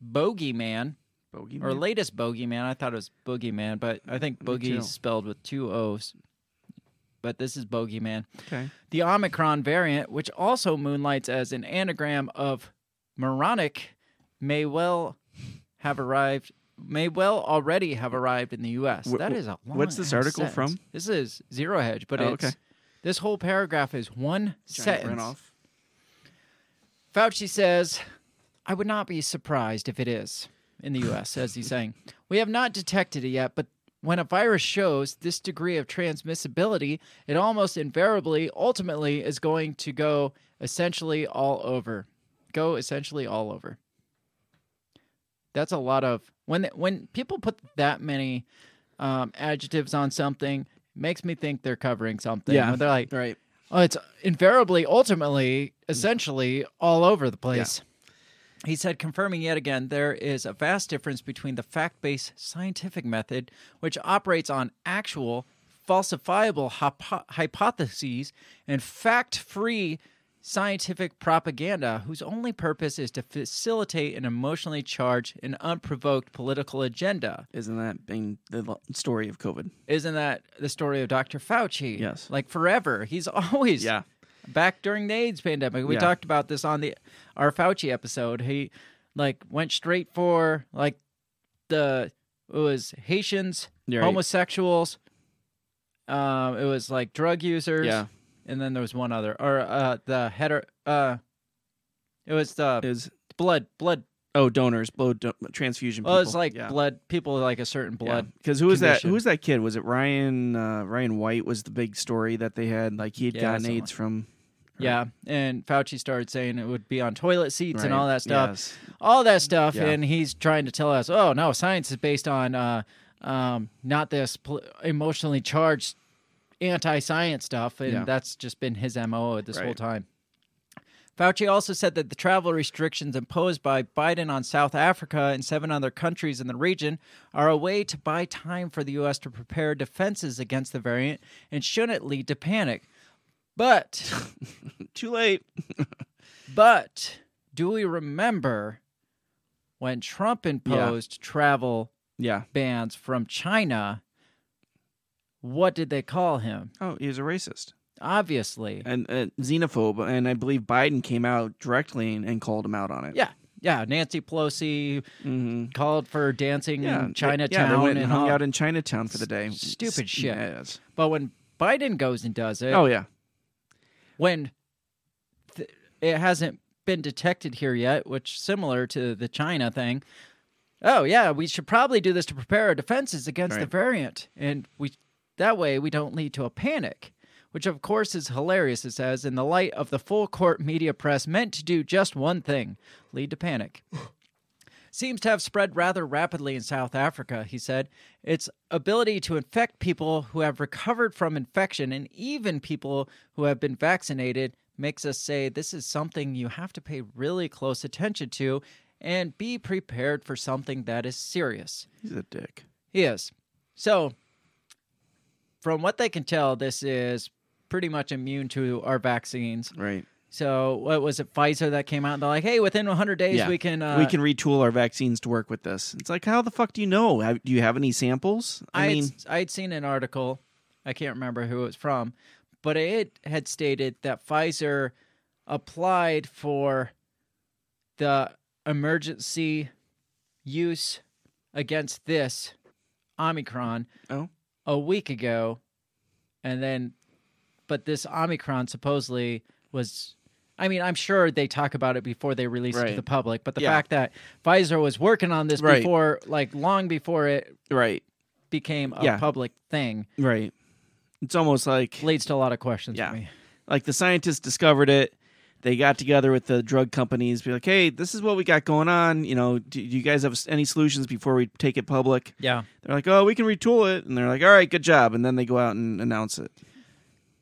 [SPEAKER 1] bogeyman
[SPEAKER 2] bogeyman.
[SPEAKER 1] or latest bogeyman, I thought it was boogeyman, but I think
[SPEAKER 2] Me
[SPEAKER 1] boogie
[SPEAKER 2] too.
[SPEAKER 1] is spelled with two O's. But this is bogeyman.
[SPEAKER 2] okay.
[SPEAKER 1] The Omicron variant, which also moonlights as an anagram of moronic, may well have arrived. May well already have arrived in the U.S.
[SPEAKER 2] Wh-
[SPEAKER 1] that
[SPEAKER 2] wh-
[SPEAKER 1] is a long
[SPEAKER 2] what's this
[SPEAKER 1] ass
[SPEAKER 2] article from?
[SPEAKER 1] sentence. This is Zero Hedge, but
[SPEAKER 2] Oh,
[SPEAKER 1] it's,
[SPEAKER 2] okay.
[SPEAKER 1] this whole paragraph is one
[SPEAKER 2] Giant
[SPEAKER 1] sentence.
[SPEAKER 2] runoff.
[SPEAKER 1] Fauci says, I would not be surprised if it is in the US, as he's saying. We have not detected it yet, but when a virus shows this degree of transmissibility, it almost invariably, ultimately, is going to go essentially all over. Go essentially all over. That's a lot of when when people put that many um, adjectives on something, it makes me think they're covering something.
[SPEAKER 2] Yeah.
[SPEAKER 1] When They're like,
[SPEAKER 2] Right.
[SPEAKER 1] Oh, it's invariably, ultimately, essentially all over the place. Mm. He said, confirming yet again, there is a vast difference between the fact based scientific method, which operates on actual, falsifiable hypo- hypotheses, and fact free scientific propaganda, whose only purpose is to facilitate an emotionally charged and unprovoked political agenda.
[SPEAKER 2] Isn't that being the lo- story of COVID?
[SPEAKER 1] Isn't that the story of Dr. Fauci?
[SPEAKER 2] Yes.
[SPEAKER 1] Like forever. He's always back during the AIDS pandemic. We
[SPEAKER 2] Yeah.
[SPEAKER 1] talked about this on the our Fauci episode. He like went straight for like the it was Haitians,
[SPEAKER 2] You're right.
[SPEAKER 1] homosexuals, um, it was like drug users,
[SPEAKER 2] Yeah.
[SPEAKER 1] and then there was one other or uh the header uh it was the
[SPEAKER 2] Is
[SPEAKER 1] blood blood
[SPEAKER 2] oh donors, blood don- transfusion.
[SPEAKER 1] well, it was
[SPEAKER 2] people.
[SPEAKER 1] like
[SPEAKER 2] yeah.
[SPEAKER 1] blood people like a certain blood.
[SPEAKER 2] Because who was that?
[SPEAKER 1] condition.
[SPEAKER 2] Who was that kid? Was it Ryan? Uh, Ryan White was the big story that they had. Like he had
[SPEAKER 1] Yeah,
[SPEAKER 2] gotten
[SPEAKER 1] something
[SPEAKER 2] AIDS from
[SPEAKER 1] Yeah. and Fauci started saying it would be on toilet seats and
[SPEAKER 2] right,
[SPEAKER 1] all that stuff.
[SPEAKER 2] yes.
[SPEAKER 1] all that stuff,
[SPEAKER 2] Yeah.
[SPEAKER 1] and he's trying to tell us, oh no, science is based on uh, um, not this pol- emotionally charged anti-science stuff, and
[SPEAKER 2] Yeah.
[SPEAKER 1] that's just been his mo this whole
[SPEAKER 2] Right.
[SPEAKER 1] time. Fauci also said that the travel restrictions imposed by Biden on South Africa and seven other countries in the region are a way to buy time for the U.S. to prepare defenses against the variant and shouldn't lead to panic. But
[SPEAKER 2] Too late.
[SPEAKER 1] but do we remember when Trump imposed travel
[SPEAKER 2] Yeah.
[SPEAKER 1] bans from China? What did they call him?
[SPEAKER 2] Oh, he was a racist
[SPEAKER 1] Obviously.
[SPEAKER 2] and uh, xenophobe, and I believe Biden came out directly and, and called him out on it.
[SPEAKER 1] Yeah. Yeah. Nancy Pelosi
[SPEAKER 2] hmm
[SPEAKER 1] called for dancing in
[SPEAKER 2] Yeah, they- yeah,
[SPEAKER 1] Chinatown
[SPEAKER 2] they went and
[SPEAKER 1] and
[SPEAKER 2] hung
[SPEAKER 1] all.
[SPEAKER 2] out in Chinatown for the day.
[SPEAKER 1] stupid
[SPEAKER 2] S-
[SPEAKER 1] shit.
[SPEAKER 2] yes.
[SPEAKER 1] but when Biden goes and does it,
[SPEAKER 2] Oh yeah.
[SPEAKER 1] when th- it hasn't been detected here yet, which similar to the China thing. Oh yeah, we should probably do this to prepare our defenses against the
[SPEAKER 2] Right.
[SPEAKER 1] variant, and we that way we don't lead to a panic, which of course is hilarious. It says in the light of the full court media press meant to do just one thing: lead to panic. Seems to have spread rather rapidly in South Africa, he said. Its ability to infect people who have recovered from infection and even people who have been vaccinated makes us say this is something you have to pay really close attention to and be prepared for something that is serious.
[SPEAKER 2] He's a dick.
[SPEAKER 1] He is. So, from what they can tell, this is pretty much immune to our vaccines.
[SPEAKER 2] Right.
[SPEAKER 1] So, what was it, Pfizer that came out and they're like, hey, within 100 days,
[SPEAKER 2] Yeah.
[SPEAKER 1] we can. Uh,
[SPEAKER 2] we can retool our vaccines to work with this. It's like, how the fuck do you know? Have, do you have any samples?
[SPEAKER 1] I,
[SPEAKER 2] I, mean,
[SPEAKER 1] had, I had seen an article, I can't remember who it was from, but it had stated that Pfizer applied for the emergency use against this Omicron
[SPEAKER 2] oh,
[SPEAKER 1] a week ago, and then, but this Omicron supposedly was I mean, I'm sure they talk about it before they release it to
[SPEAKER 2] Right.
[SPEAKER 1] the public, but the
[SPEAKER 2] Yeah.
[SPEAKER 1] fact that Pfizer was working on this
[SPEAKER 2] Right.
[SPEAKER 1] before, like long before it
[SPEAKER 2] Right.
[SPEAKER 1] became a
[SPEAKER 2] Yeah.
[SPEAKER 1] public thing,
[SPEAKER 2] Right. It's almost like
[SPEAKER 1] leads to a lot of questions
[SPEAKER 2] Yeah.
[SPEAKER 1] for me.
[SPEAKER 2] like the scientists discovered it. They got together with the drug companies, be like, "Hey, this is what we got going on. You know, do, do you guys have s- any solutions before we take it public?"
[SPEAKER 1] Yeah.
[SPEAKER 2] They're like, "Oh, we can retool it," and they're like, "All right, good job." And then they go out and announce it.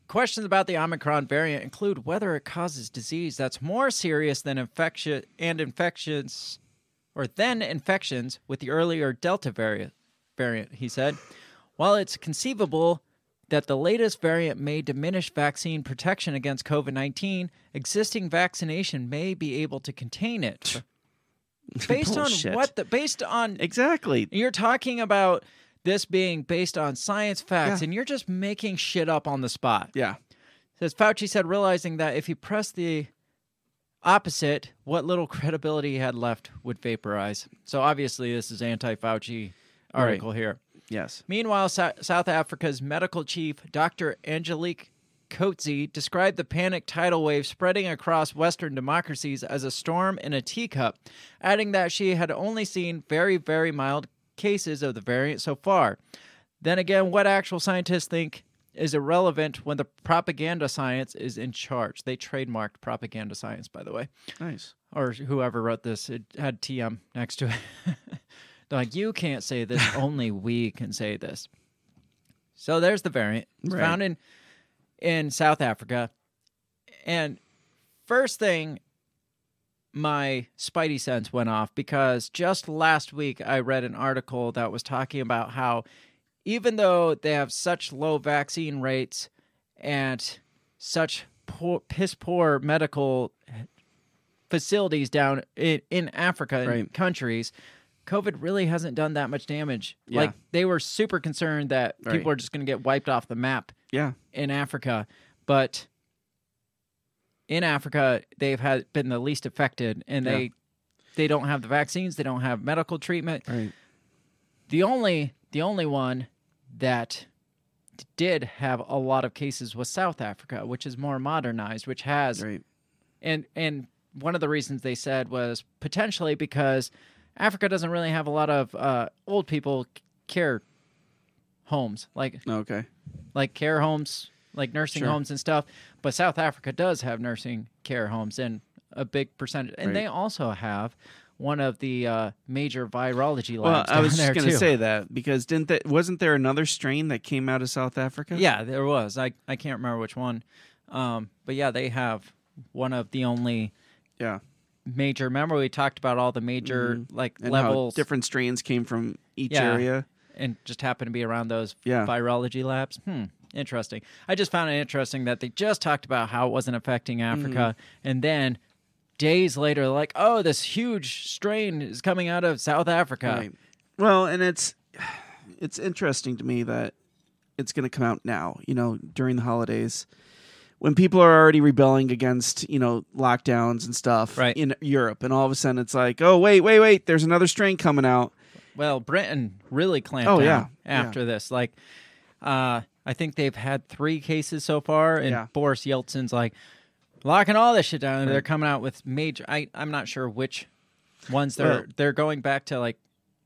[SPEAKER 1] Questions about the Omicron variant include whether it causes disease that's more serious than infection and infections or than infections with the earlier Delta variant variant, he said. While it's conceivable that the latest variant may diminish vaccine protection against COVID nineteen, existing vaccination may be able to contain it. based on
[SPEAKER 2] Bullshit.
[SPEAKER 1] what the based on
[SPEAKER 2] Exactly.
[SPEAKER 1] you're talking about this being based on science facts
[SPEAKER 2] Yeah.
[SPEAKER 1] and you're just making shit up on the spot.
[SPEAKER 2] Yeah.
[SPEAKER 1] Says Fauci said, realizing that if he pressed the opposite, what little credibility he had left would vaporize. So obviously, this is anti-Fauci article here.
[SPEAKER 2] Yes.
[SPEAKER 1] Meanwhile, Sou- South Africa's medical chief, Dr. Angelique Coetzee, described the panic tidal wave spreading across Western democracies as a storm in a teacup, adding that she had only seen very, very mild cases of the variant so far. Then again, what actual scientists think is irrelevant when the propaganda science is in charge. They trademarked propaganda science, by the way
[SPEAKER 2] Nice.
[SPEAKER 1] or whoever wrote this, it had TM next to it. They're like, you can't say this, only we can say this. So there's the variant. It's
[SPEAKER 2] Right.
[SPEAKER 1] found in, in South Africa. And first thing, my spidey sense went off because just last week I read an article that was talking about how even though they have such low vaccine rates and such poor, piss poor medical facilities down in, in Africa and
[SPEAKER 2] Right.
[SPEAKER 1] countries, COVID really hasn't done that much damage.
[SPEAKER 2] Yeah.
[SPEAKER 1] Like they were super concerned that
[SPEAKER 2] Right.
[SPEAKER 1] people are just going to get wiped off the map
[SPEAKER 2] Yeah.
[SPEAKER 1] in Africa, but in Africa they've had been the least affected, and
[SPEAKER 2] Yeah.
[SPEAKER 1] they they don't have the vaccines, they don't have medical treatment.
[SPEAKER 2] Right.
[SPEAKER 1] The only the only one that d- did have a lot of cases was South Africa, which is more modernized, which has
[SPEAKER 2] Right.
[SPEAKER 1] and and one of the reasons they said was potentially because Africa doesn't really have a lot of uh, old people c- care homes like
[SPEAKER 2] Okay.
[SPEAKER 1] like care homes, like nursing
[SPEAKER 2] Sure.
[SPEAKER 1] homes and stuff. But South Africa does have nursing care homes and a big percentage, and
[SPEAKER 2] Right.
[SPEAKER 1] they also have one of the uh, major virology labs
[SPEAKER 2] Well, I
[SPEAKER 1] down
[SPEAKER 2] was
[SPEAKER 1] there
[SPEAKER 2] just going
[SPEAKER 1] too.
[SPEAKER 2] to say that because didn't that wasn't there another strain that came out of South Africa?
[SPEAKER 1] yeah, there was. I I can't remember which one, um, but yeah, they have one of the only
[SPEAKER 2] Yeah.
[SPEAKER 1] major. Remember we talked about all the major like
[SPEAKER 2] Mm-hmm. And
[SPEAKER 1] levels
[SPEAKER 2] how different strains came from each
[SPEAKER 1] Yeah.
[SPEAKER 2] area.
[SPEAKER 1] and just happen to be around those
[SPEAKER 2] Yeah.
[SPEAKER 1] virology labs. Hmm. Interesting. I just found it interesting that they just talked about how it wasn't affecting Africa,
[SPEAKER 2] Mm-hmm.
[SPEAKER 1] and then days later, like, oh, this huge strain is coming out of South Africa.
[SPEAKER 2] Right. Well, and it's it's interesting to me that it's going to come out now, you know, during the holidays when people are already rebelling against, you know, lockdowns and stuff
[SPEAKER 1] Right.
[SPEAKER 2] in Europe and all of a sudden it's like, "Oh, wait, wait, wait, there's another strain coming out."
[SPEAKER 1] Well, Britain really clamped
[SPEAKER 2] Oh,
[SPEAKER 1] down
[SPEAKER 2] yeah.
[SPEAKER 1] after this. Like, uh, I think they've had three cases so far, and
[SPEAKER 2] Yeah.
[SPEAKER 1] Boris Yeltsin's like locking all this shit down. and They're coming out with major. I I'm not sure which ones they're
[SPEAKER 2] Well-
[SPEAKER 1] they're going back to like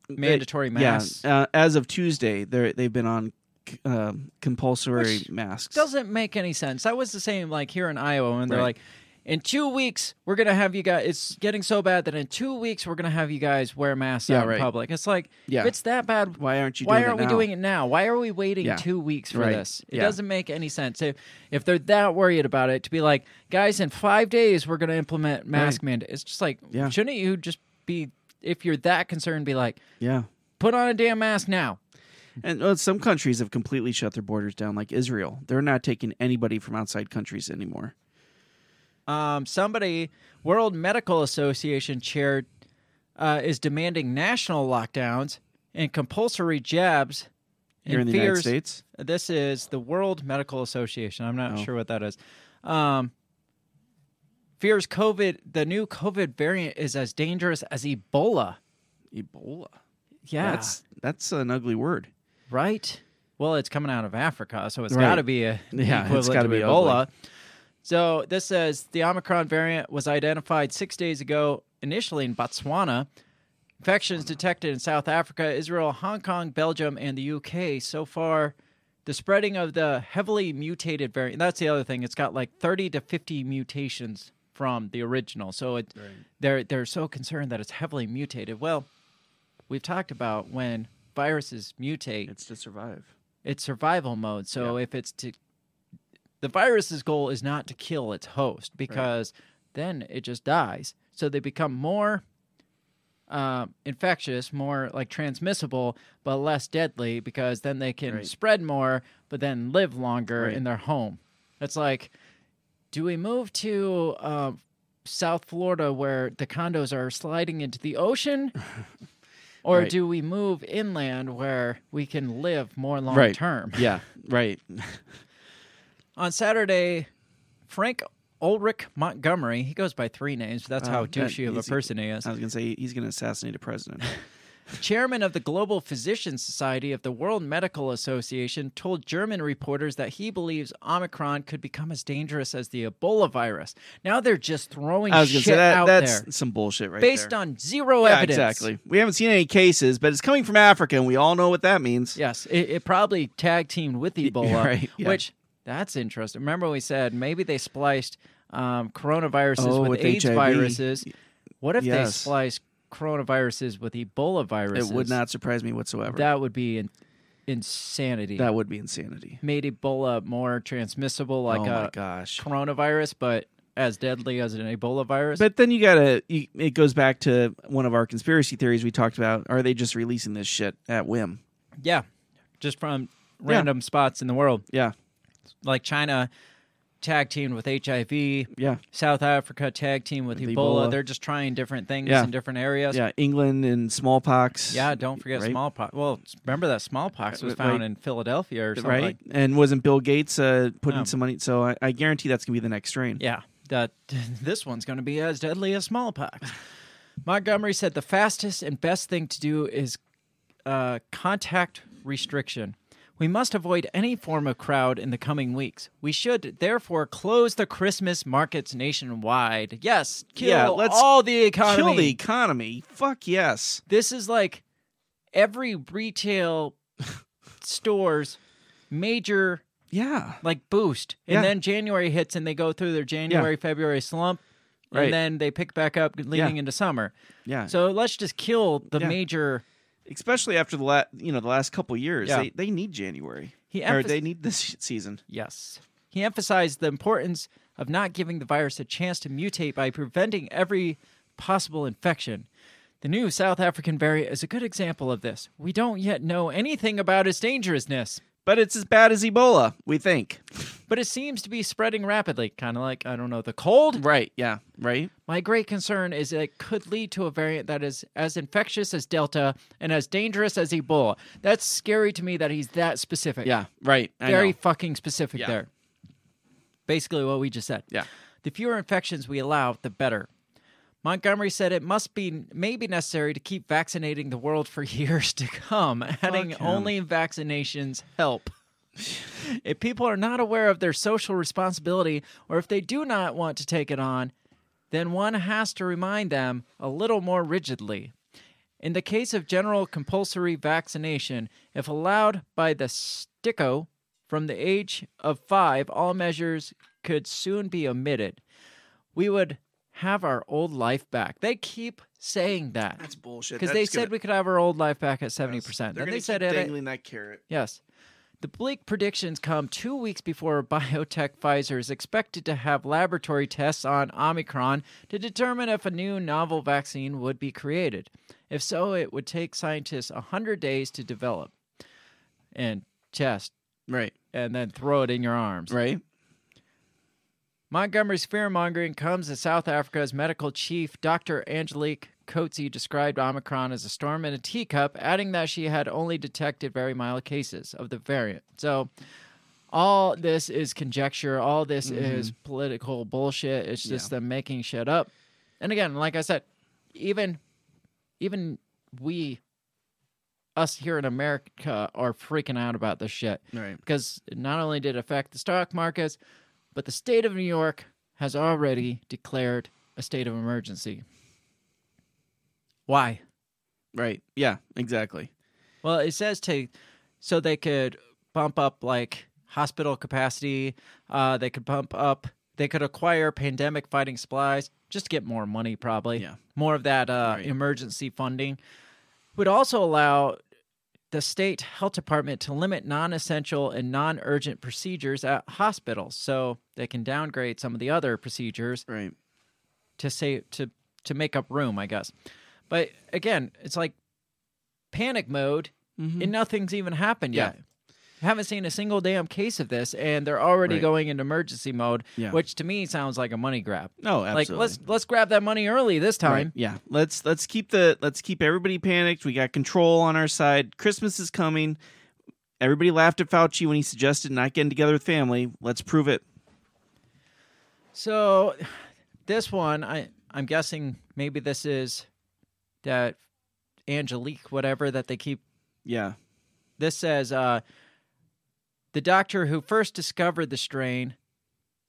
[SPEAKER 1] mandatory masks.
[SPEAKER 2] Yeah, uh, as of Tuesday, they they've been on c- um compulsory
[SPEAKER 1] Which
[SPEAKER 2] masks.
[SPEAKER 1] doesn't make any sense. That was the same like here in Iowa, and they're
[SPEAKER 2] Right.
[SPEAKER 1] like, in two weeks we're gonna have you guys. It's getting so bad that in two weeks we're gonna have you guys wear masks
[SPEAKER 2] Yeah,
[SPEAKER 1] out
[SPEAKER 2] right.
[SPEAKER 1] in public. It's like,
[SPEAKER 2] Yeah.
[SPEAKER 1] if it's that bad,
[SPEAKER 2] Why aren't you
[SPEAKER 1] why
[SPEAKER 2] doing
[SPEAKER 1] aren't
[SPEAKER 2] it
[SPEAKER 1] we
[SPEAKER 2] now?
[SPEAKER 1] doing it now? Why are we waiting
[SPEAKER 2] Yeah.
[SPEAKER 1] two weeks for
[SPEAKER 2] Right.
[SPEAKER 1] this? It
[SPEAKER 2] Yeah.
[SPEAKER 1] doesn't make any sense. If if they're that worried about it, to be like, guys, in five days we're gonna implement mask mandate. It's just like,
[SPEAKER 2] Yeah.
[SPEAKER 1] shouldn't you just be if you're that concerned, be like,
[SPEAKER 2] Yeah.
[SPEAKER 1] put on a damn mask now.
[SPEAKER 2] And well, some countries have completely shut their borders down, like Israel. They're not taking anybody from outside countries anymore.
[SPEAKER 1] Um, somebody, World Medical Association chair, uh, is demanding national lockdowns and compulsory jabs.
[SPEAKER 2] Here in
[SPEAKER 1] and
[SPEAKER 2] the United
[SPEAKER 1] fears,
[SPEAKER 2] States.
[SPEAKER 1] This is the World Medical Association. I'm not
[SPEAKER 2] Oh.
[SPEAKER 1] sure what that is. Um, fears COVID, the new COVID variant is as dangerous as Ebola.
[SPEAKER 2] Ebola.
[SPEAKER 1] Yeah,
[SPEAKER 2] That's that's an ugly word.
[SPEAKER 1] right. Well, it's coming out of Africa, so it's
[SPEAKER 2] Right.
[SPEAKER 1] got to be a
[SPEAKER 2] Yeah, it's
[SPEAKER 1] equivalent
[SPEAKER 2] gotta
[SPEAKER 1] to
[SPEAKER 2] be
[SPEAKER 1] Ebola. So this says the Omicron variant was identified six days ago, initially in Botswana. Infections detected in South Africa, Israel, Hong Kong, Belgium, and the UK. So far, the spreading of the heavily mutated variant. That's the other thing. It's got like 30 to 50 mutations from the original. So it, they're they're so concerned that it's heavily mutated. Well, we've talked about when viruses mutate,
[SPEAKER 2] It's to survive.
[SPEAKER 1] it's survival mode. So if it's to the virus's goal is not to kill its host because then it just dies. So they become more uh, infectious, more like transmissible, but less deadly because then they can
[SPEAKER 2] Right.
[SPEAKER 1] spread more, but then live longer
[SPEAKER 2] Right.
[SPEAKER 1] in their home. It's like, do we move to uh, South Florida where the condos are sliding into the ocean? Or
[SPEAKER 2] Right.
[SPEAKER 1] do we move inland where we can live more long
[SPEAKER 2] Right.
[SPEAKER 1] term?
[SPEAKER 2] Yeah, right.
[SPEAKER 1] On Saturday, Frank Ulrich Montgomery, he goes by three names, but that's
[SPEAKER 2] Oh,
[SPEAKER 1] how
[SPEAKER 2] that- Oh.
[SPEAKER 1] douchey of a
[SPEAKER 2] he's-
[SPEAKER 1] person he is.
[SPEAKER 2] I was gonna say he's gonna assassinate a president.
[SPEAKER 1] Chairman of the Global Physician Society of the World Medical Association told German reporters that he believes Omicron could become as dangerous as the Ebola virus. Now they're just throwing
[SPEAKER 2] I was gonna
[SPEAKER 1] shit
[SPEAKER 2] say that
[SPEAKER 1] out
[SPEAKER 2] that's
[SPEAKER 1] there
[SPEAKER 2] some bullshit right
[SPEAKER 1] based
[SPEAKER 2] there.
[SPEAKER 1] on zero
[SPEAKER 2] yeah,
[SPEAKER 1] evidence.
[SPEAKER 2] exactly. We haven't seen any cases, but it's coming from Africa, and we all know what that means.
[SPEAKER 1] Yes, it, it probably tag teamed with Ebola,
[SPEAKER 2] right, yeah.
[SPEAKER 1] which that's interesting. Remember, we said maybe they spliced um, coronaviruses
[SPEAKER 2] Oh,
[SPEAKER 1] with,
[SPEAKER 2] with
[SPEAKER 1] AIDS
[SPEAKER 2] HIV.
[SPEAKER 1] viruses. What if they
[SPEAKER 2] Yes.
[SPEAKER 1] spliced coronaviruses with Ebola viruses?
[SPEAKER 2] It would not surprise me whatsoever.
[SPEAKER 1] That would be in, insanity.
[SPEAKER 2] that would be insanity.
[SPEAKER 1] made Ebola more transmissible, like
[SPEAKER 2] oh my
[SPEAKER 1] a
[SPEAKER 2] gosh.
[SPEAKER 1] coronavirus, but as deadly as an Ebola virus.
[SPEAKER 2] But then you gotta. You, it goes back to one of our conspiracy theories we talked about. Are they just releasing this shit at whim?
[SPEAKER 1] yeah, just from random spots in the world,
[SPEAKER 2] Yeah,
[SPEAKER 1] like China tag teamed with HIV.
[SPEAKER 2] yeah,
[SPEAKER 1] South Africa tag team with
[SPEAKER 2] With
[SPEAKER 1] Ebola.
[SPEAKER 2] Ebola.
[SPEAKER 1] They're just trying different things
[SPEAKER 2] Yeah.
[SPEAKER 1] in different areas.
[SPEAKER 2] yeah. England and smallpox.
[SPEAKER 1] Yeah, don't forget
[SPEAKER 2] Right.
[SPEAKER 1] smallpox. Well, remember that smallpox was
[SPEAKER 2] Right.
[SPEAKER 1] found in Philadelphia or something.
[SPEAKER 2] right.
[SPEAKER 1] Like, Oh.
[SPEAKER 2] and wasn't Bill Gates uh, putting
[SPEAKER 1] No.
[SPEAKER 2] some money? So I, I guarantee that's gonna be the next strain.
[SPEAKER 1] yeah, that this one's going to be as deadly as smallpox. Montgomery said the fastest and best thing to do is uh, contact restriction. We must avoid any form of crowd in the coming weeks. We should therefore close the Christmas markets nationwide. Yes, kill
[SPEAKER 2] Yeah, let's
[SPEAKER 1] all the economy.
[SPEAKER 2] Kill the economy. Fuck yes.
[SPEAKER 1] this is like every retail store's major
[SPEAKER 2] Yeah.
[SPEAKER 1] like boost and
[SPEAKER 2] Yeah.
[SPEAKER 1] then january hits and they go through their january february slump
[SPEAKER 2] Right.
[SPEAKER 1] and then they pick back up leading into summer
[SPEAKER 2] Yeah.
[SPEAKER 1] so let's just kill the
[SPEAKER 2] Yeah.
[SPEAKER 1] major
[SPEAKER 2] Especially after the la- you know the last couple years,
[SPEAKER 1] Yeah.
[SPEAKER 2] they, they need January
[SPEAKER 1] He
[SPEAKER 2] or
[SPEAKER 1] emphas-
[SPEAKER 2] they need this sh- season.
[SPEAKER 1] yes he emphasized the importance of not giving the virus a chance to mutate by preventing every possible infection the new south african variant is a good example of this we don't yet know anything about its dangerousness
[SPEAKER 2] But it's as bad as Ebola, we think.
[SPEAKER 1] but it seems to be spreading rapidly, kind of like, I don't know, the cold.
[SPEAKER 2] Right? Yeah. Right.
[SPEAKER 1] My great concern is it could lead to a variant that is as infectious as Delta and as dangerous as Ebola. That's scary to me that he's that specific.
[SPEAKER 2] Yeah. Right. I
[SPEAKER 1] Very
[SPEAKER 2] know.
[SPEAKER 1] fucking specific
[SPEAKER 2] Yeah.
[SPEAKER 1] there. Basically, what we just said.
[SPEAKER 2] Yeah.
[SPEAKER 1] The fewer infections we allow, the better. Montgomery said it must be maybe necessary to keep vaccinating the world for years to come, adding
[SPEAKER 2] him.
[SPEAKER 1] only vaccinations help. if people are not aware of their social responsibility or if they do not want to take it on, then one has to remind them a little more rigidly. In the case of general compulsory vaccination, if allowed by the STICO from the age of five, all measures could soon be omitted. We would have our old life back. They keep saying that
[SPEAKER 2] That's bullshit.
[SPEAKER 1] because they said we could have our old life back at 70%. Then they said it. at-
[SPEAKER 2] that carrot.
[SPEAKER 1] Yes. The bleak predictions come two weeks before biotech Pfizer is expected to have laboratory tests on Omicron to determine if a new novel vaccine would be created. If so, it would take scientists 100 days to develop and test
[SPEAKER 2] Right.
[SPEAKER 1] and then throw it in your arms.
[SPEAKER 2] Right.
[SPEAKER 1] Montgomery's fear mongering comes as South Africa's medical chief, Dr. Angelique Coetzee, described Omicron as a storm in a teacup, adding that she had only detected very mild cases of the variant. So, all this is conjecture. All this is political bullshit. It's just them making shit up. And again, like I said, even even we us here in America are freaking out about this shit
[SPEAKER 2] Right.
[SPEAKER 1] because it not only did it affect the stock markets, But the state of New York has already declared a state of emergency. Why?
[SPEAKER 2] Right. Yeah, exactly.
[SPEAKER 1] Well, it says to so they could bump up like hospital capacity. Uh, they could bump up. They could acquire pandemic fighting supplies just to get more money, probably.
[SPEAKER 2] Yeah.
[SPEAKER 1] More of that uh,
[SPEAKER 2] Right.
[SPEAKER 1] emergency funding would also allow the state health department to limit non-essential and non-urgent procedures at hospitals, so they can downgrade some of the other procedures
[SPEAKER 2] Right.
[SPEAKER 1] to say to to make up room, I guess. But again, it's like panic mode, and nothing's even happened
[SPEAKER 2] Mm-hmm. Yeah.
[SPEAKER 1] yet. Haven't seen a single damn case of this, and they're already
[SPEAKER 2] Right.
[SPEAKER 1] going into emergency mode,
[SPEAKER 2] Yeah.
[SPEAKER 1] which to me sounds like a money grab.
[SPEAKER 2] No, absolutely.
[SPEAKER 1] Like let's let's grab that money early this
[SPEAKER 2] Right,
[SPEAKER 1] time.
[SPEAKER 2] Yeah. Let's let's keep the let's keep everybody panicked. We got control on our side. Christmas is coming. Everybody laughed at Fauci when he suggested not getting together with family. Let's prove it.
[SPEAKER 1] So this one, I I'm guessing maybe this is that Angelique whatever that they keep
[SPEAKER 2] Yeah.
[SPEAKER 1] This says uh, the doctor who first discovered the strain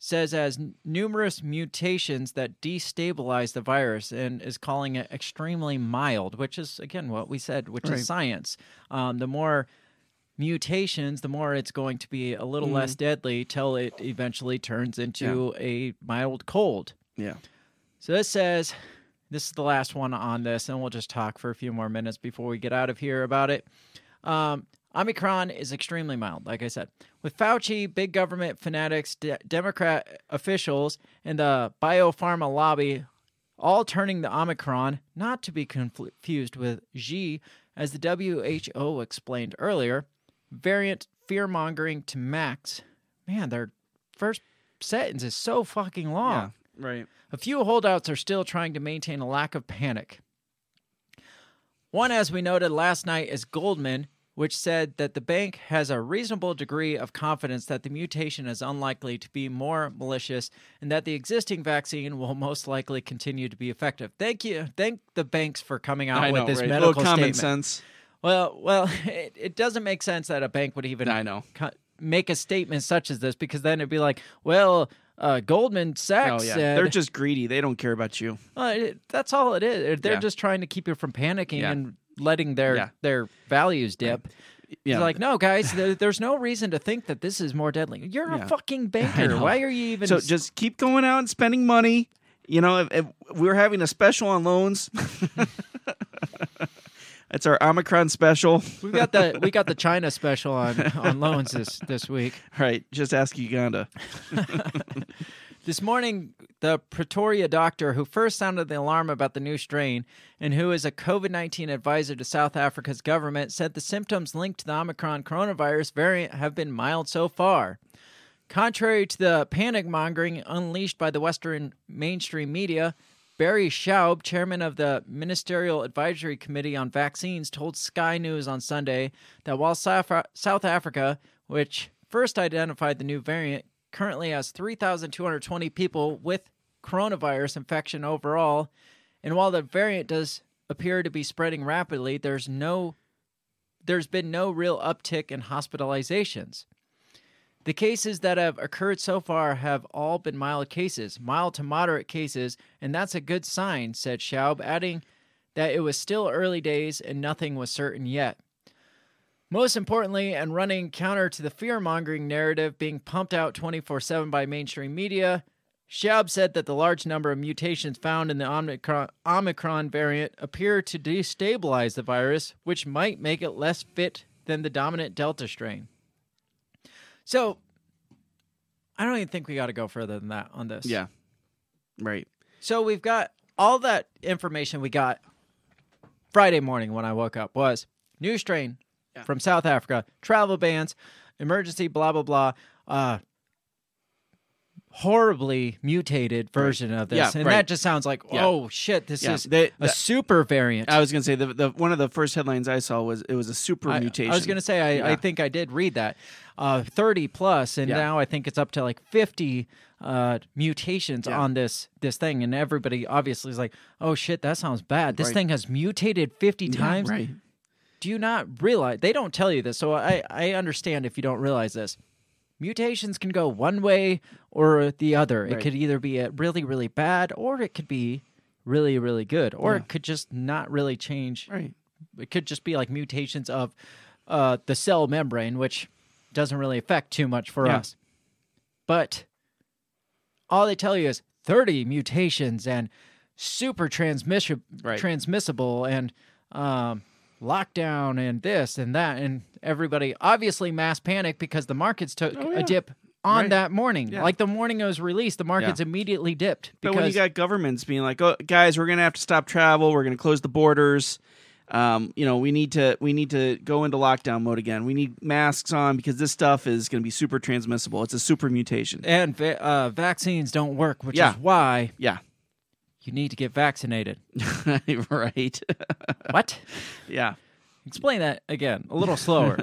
[SPEAKER 1] says it has numerous mutations that destabilize the virus and is calling it extremely mild, which is again what we said, which
[SPEAKER 2] Right.
[SPEAKER 1] is science. Um, the more mutations, the more it's going to be a little
[SPEAKER 2] Mhm.
[SPEAKER 1] less deadly till it eventually turns into a mild cold.
[SPEAKER 2] Yeah.
[SPEAKER 1] So this says this is the last one on this, and we'll just talk for a few more minutes before we get out of here about it. Um, Omicron is extremely mild, like I said. With Fauci, big government fanatics, de- Democrat officials, and the biopharma lobby all turning the Omicron, not to be confl- confused with Xi, as the WHO explained earlier, variant fear mongering to max. Man, their first sentence is so fucking long.
[SPEAKER 2] Yeah. Right.
[SPEAKER 1] A few holdouts are still trying to maintain a lack of panic. One, as we noted last night, is Goldman, which said that the bank has a reasonable degree of confidence that the mutation is unlikely to be more malicious and that the existing vaccine will most likely continue to be effective. Thank you. Thank the banks for coming out
[SPEAKER 2] I
[SPEAKER 1] with
[SPEAKER 2] know.
[SPEAKER 1] this
[SPEAKER 2] right?
[SPEAKER 1] medical
[SPEAKER 2] Little common
[SPEAKER 1] statement.
[SPEAKER 2] sense.
[SPEAKER 1] Well, well, it, it doesn't make sense that a bank would even
[SPEAKER 2] I know.
[SPEAKER 1] co- make a statement such as this because then it'd be like, well, uh, Goldman
[SPEAKER 2] Oh
[SPEAKER 1] Sachs
[SPEAKER 2] yeah.
[SPEAKER 1] said
[SPEAKER 2] They're just greedy. They don't care about you.
[SPEAKER 1] well, Uh, it, that's all it is. They're
[SPEAKER 2] Yeah.
[SPEAKER 1] just trying to keep you from panicking
[SPEAKER 2] Yeah.
[SPEAKER 1] and letting their
[SPEAKER 2] Yeah.
[SPEAKER 1] their values dip.
[SPEAKER 2] Yeah.
[SPEAKER 1] It's like, no, guys, there, there's no reason to think that this is more deadly. You're
[SPEAKER 2] Yeah.
[SPEAKER 1] a fucking banker.
[SPEAKER 2] know.
[SPEAKER 1] Why are you even?
[SPEAKER 2] so
[SPEAKER 1] s-
[SPEAKER 2] just keep going out and spending money. You know, if, if we were having a special on loans. It's our Omicron special.
[SPEAKER 1] we got the we got the China special on on loans this this week.
[SPEAKER 2] Right. Just ask Uganda.
[SPEAKER 1] This morning, the Pretoria doctor who first sounded the alarm about the new strain and who is a COVID 19 advisor to South Africa's government said the symptoms linked to the Omicron coronavirus variant have been mild so far. Contrary to the panic mongering unleashed by the Western mainstream media, Barry Schaub, chairman of the Ministerial Advisory Committee on Vaccines, told Sky News on Sunday that while South South Africa, which first identified the new variant, currently has 3,220 people with coronavirus infection overall, and while the variant does appear to be spreading rapidly, there's no there's been no real uptick in hospitalizations. The cases that have occurred so far have all been mild cases, mild to moderate cases, and that's a good sign, said Schaub, adding that it was still early days and nothing was certain yet. Most importantly, and running counter to the fear mongering narrative being pumped out 24 7 by mainstream media, Schaub said that the large number of mutations found in the Omicron, Omicron variant appear to destabilize the virus, which might make it less fit than the dominant Delta strain. So, I don't even think we got to go further than that on this.
[SPEAKER 2] Yeah. Right.
[SPEAKER 1] So we've got all that information we got Friday morning when I woke up was new strain
[SPEAKER 2] Yeah.
[SPEAKER 1] from South Africa, travel bans, emergency, blah blah blah. Uh, horribly mutated version of this,
[SPEAKER 2] Yeah,
[SPEAKER 1] and
[SPEAKER 2] right.
[SPEAKER 1] that just sounds like
[SPEAKER 2] Yeah.
[SPEAKER 1] oh shit, this
[SPEAKER 2] Yeah.
[SPEAKER 1] is
[SPEAKER 2] They-
[SPEAKER 1] a
[SPEAKER 2] the-
[SPEAKER 1] super variant.
[SPEAKER 2] I was gonna say the, the one of the first headlines I saw was it was a super
[SPEAKER 1] I-
[SPEAKER 2] mutation.
[SPEAKER 1] I, was going to say, I,
[SPEAKER 2] Yeah.
[SPEAKER 1] I think I did read that. Uh, 30 plus, and
[SPEAKER 2] Yeah.
[SPEAKER 1] now I think it's up to like 50 uh, mutations
[SPEAKER 2] Yeah.
[SPEAKER 1] on this this thing. And everybody obviously is like, oh shit, that sounds bad. This
[SPEAKER 2] Right.
[SPEAKER 1] thing has mutated 50 times.
[SPEAKER 2] right.
[SPEAKER 1] Do you not realize? They don't tell you this. So I, I understand if you don't realize this. mutations can go one way or the other. It
[SPEAKER 2] Right.
[SPEAKER 1] could either be uh, really, really bad, or it could be really, really good, or
[SPEAKER 2] Yeah.
[SPEAKER 1] it could just not really change.
[SPEAKER 2] Right.
[SPEAKER 1] It could just be like mutations of uh, the cell membrane, which doesn't really affect too much for
[SPEAKER 2] Yeah.
[SPEAKER 1] us. But all they tell you is 30 mutations and super transmission
[SPEAKER 2] Right.
[SPEAKER 1] transmissible and um, lockdown and this and that and everybody obviously mass panic because the markets took
[SPEAKER 2] Oh, yeah.
[SPEAKER 1] a dip on
[SPEAKER 2] Right.
[SPEAKER 1] that morning
[SPEAKER 2] Yeah.
[SPEAKER 1] like the morning it was released the markets immediately dipped
[SPEAKER 2] But
[SPEAKER 1] because
[SPEAKER 2] when you got governments being like, "Oh, guys, we're going to have to stop travel. We're going to close the borders. Um, you know, we need to we need to go into lockdown mode again. We need masks on because this stuff is going to be super transmissible. It's a super mutation.
[SPEAKER 1] and va- uh, vaccines don't work which
[SPEAKER 2] Yeah.
[SPEAKER 1] is why
[SPEAKER 2] Yeah,
[SPEAKER 1] you need to get vaccinated
[SPEAKER 2] right.
[SPEAKER 1] what
[SPEAKER 2] yeah,
[SPEAKER 1] Explain that again, a little slower.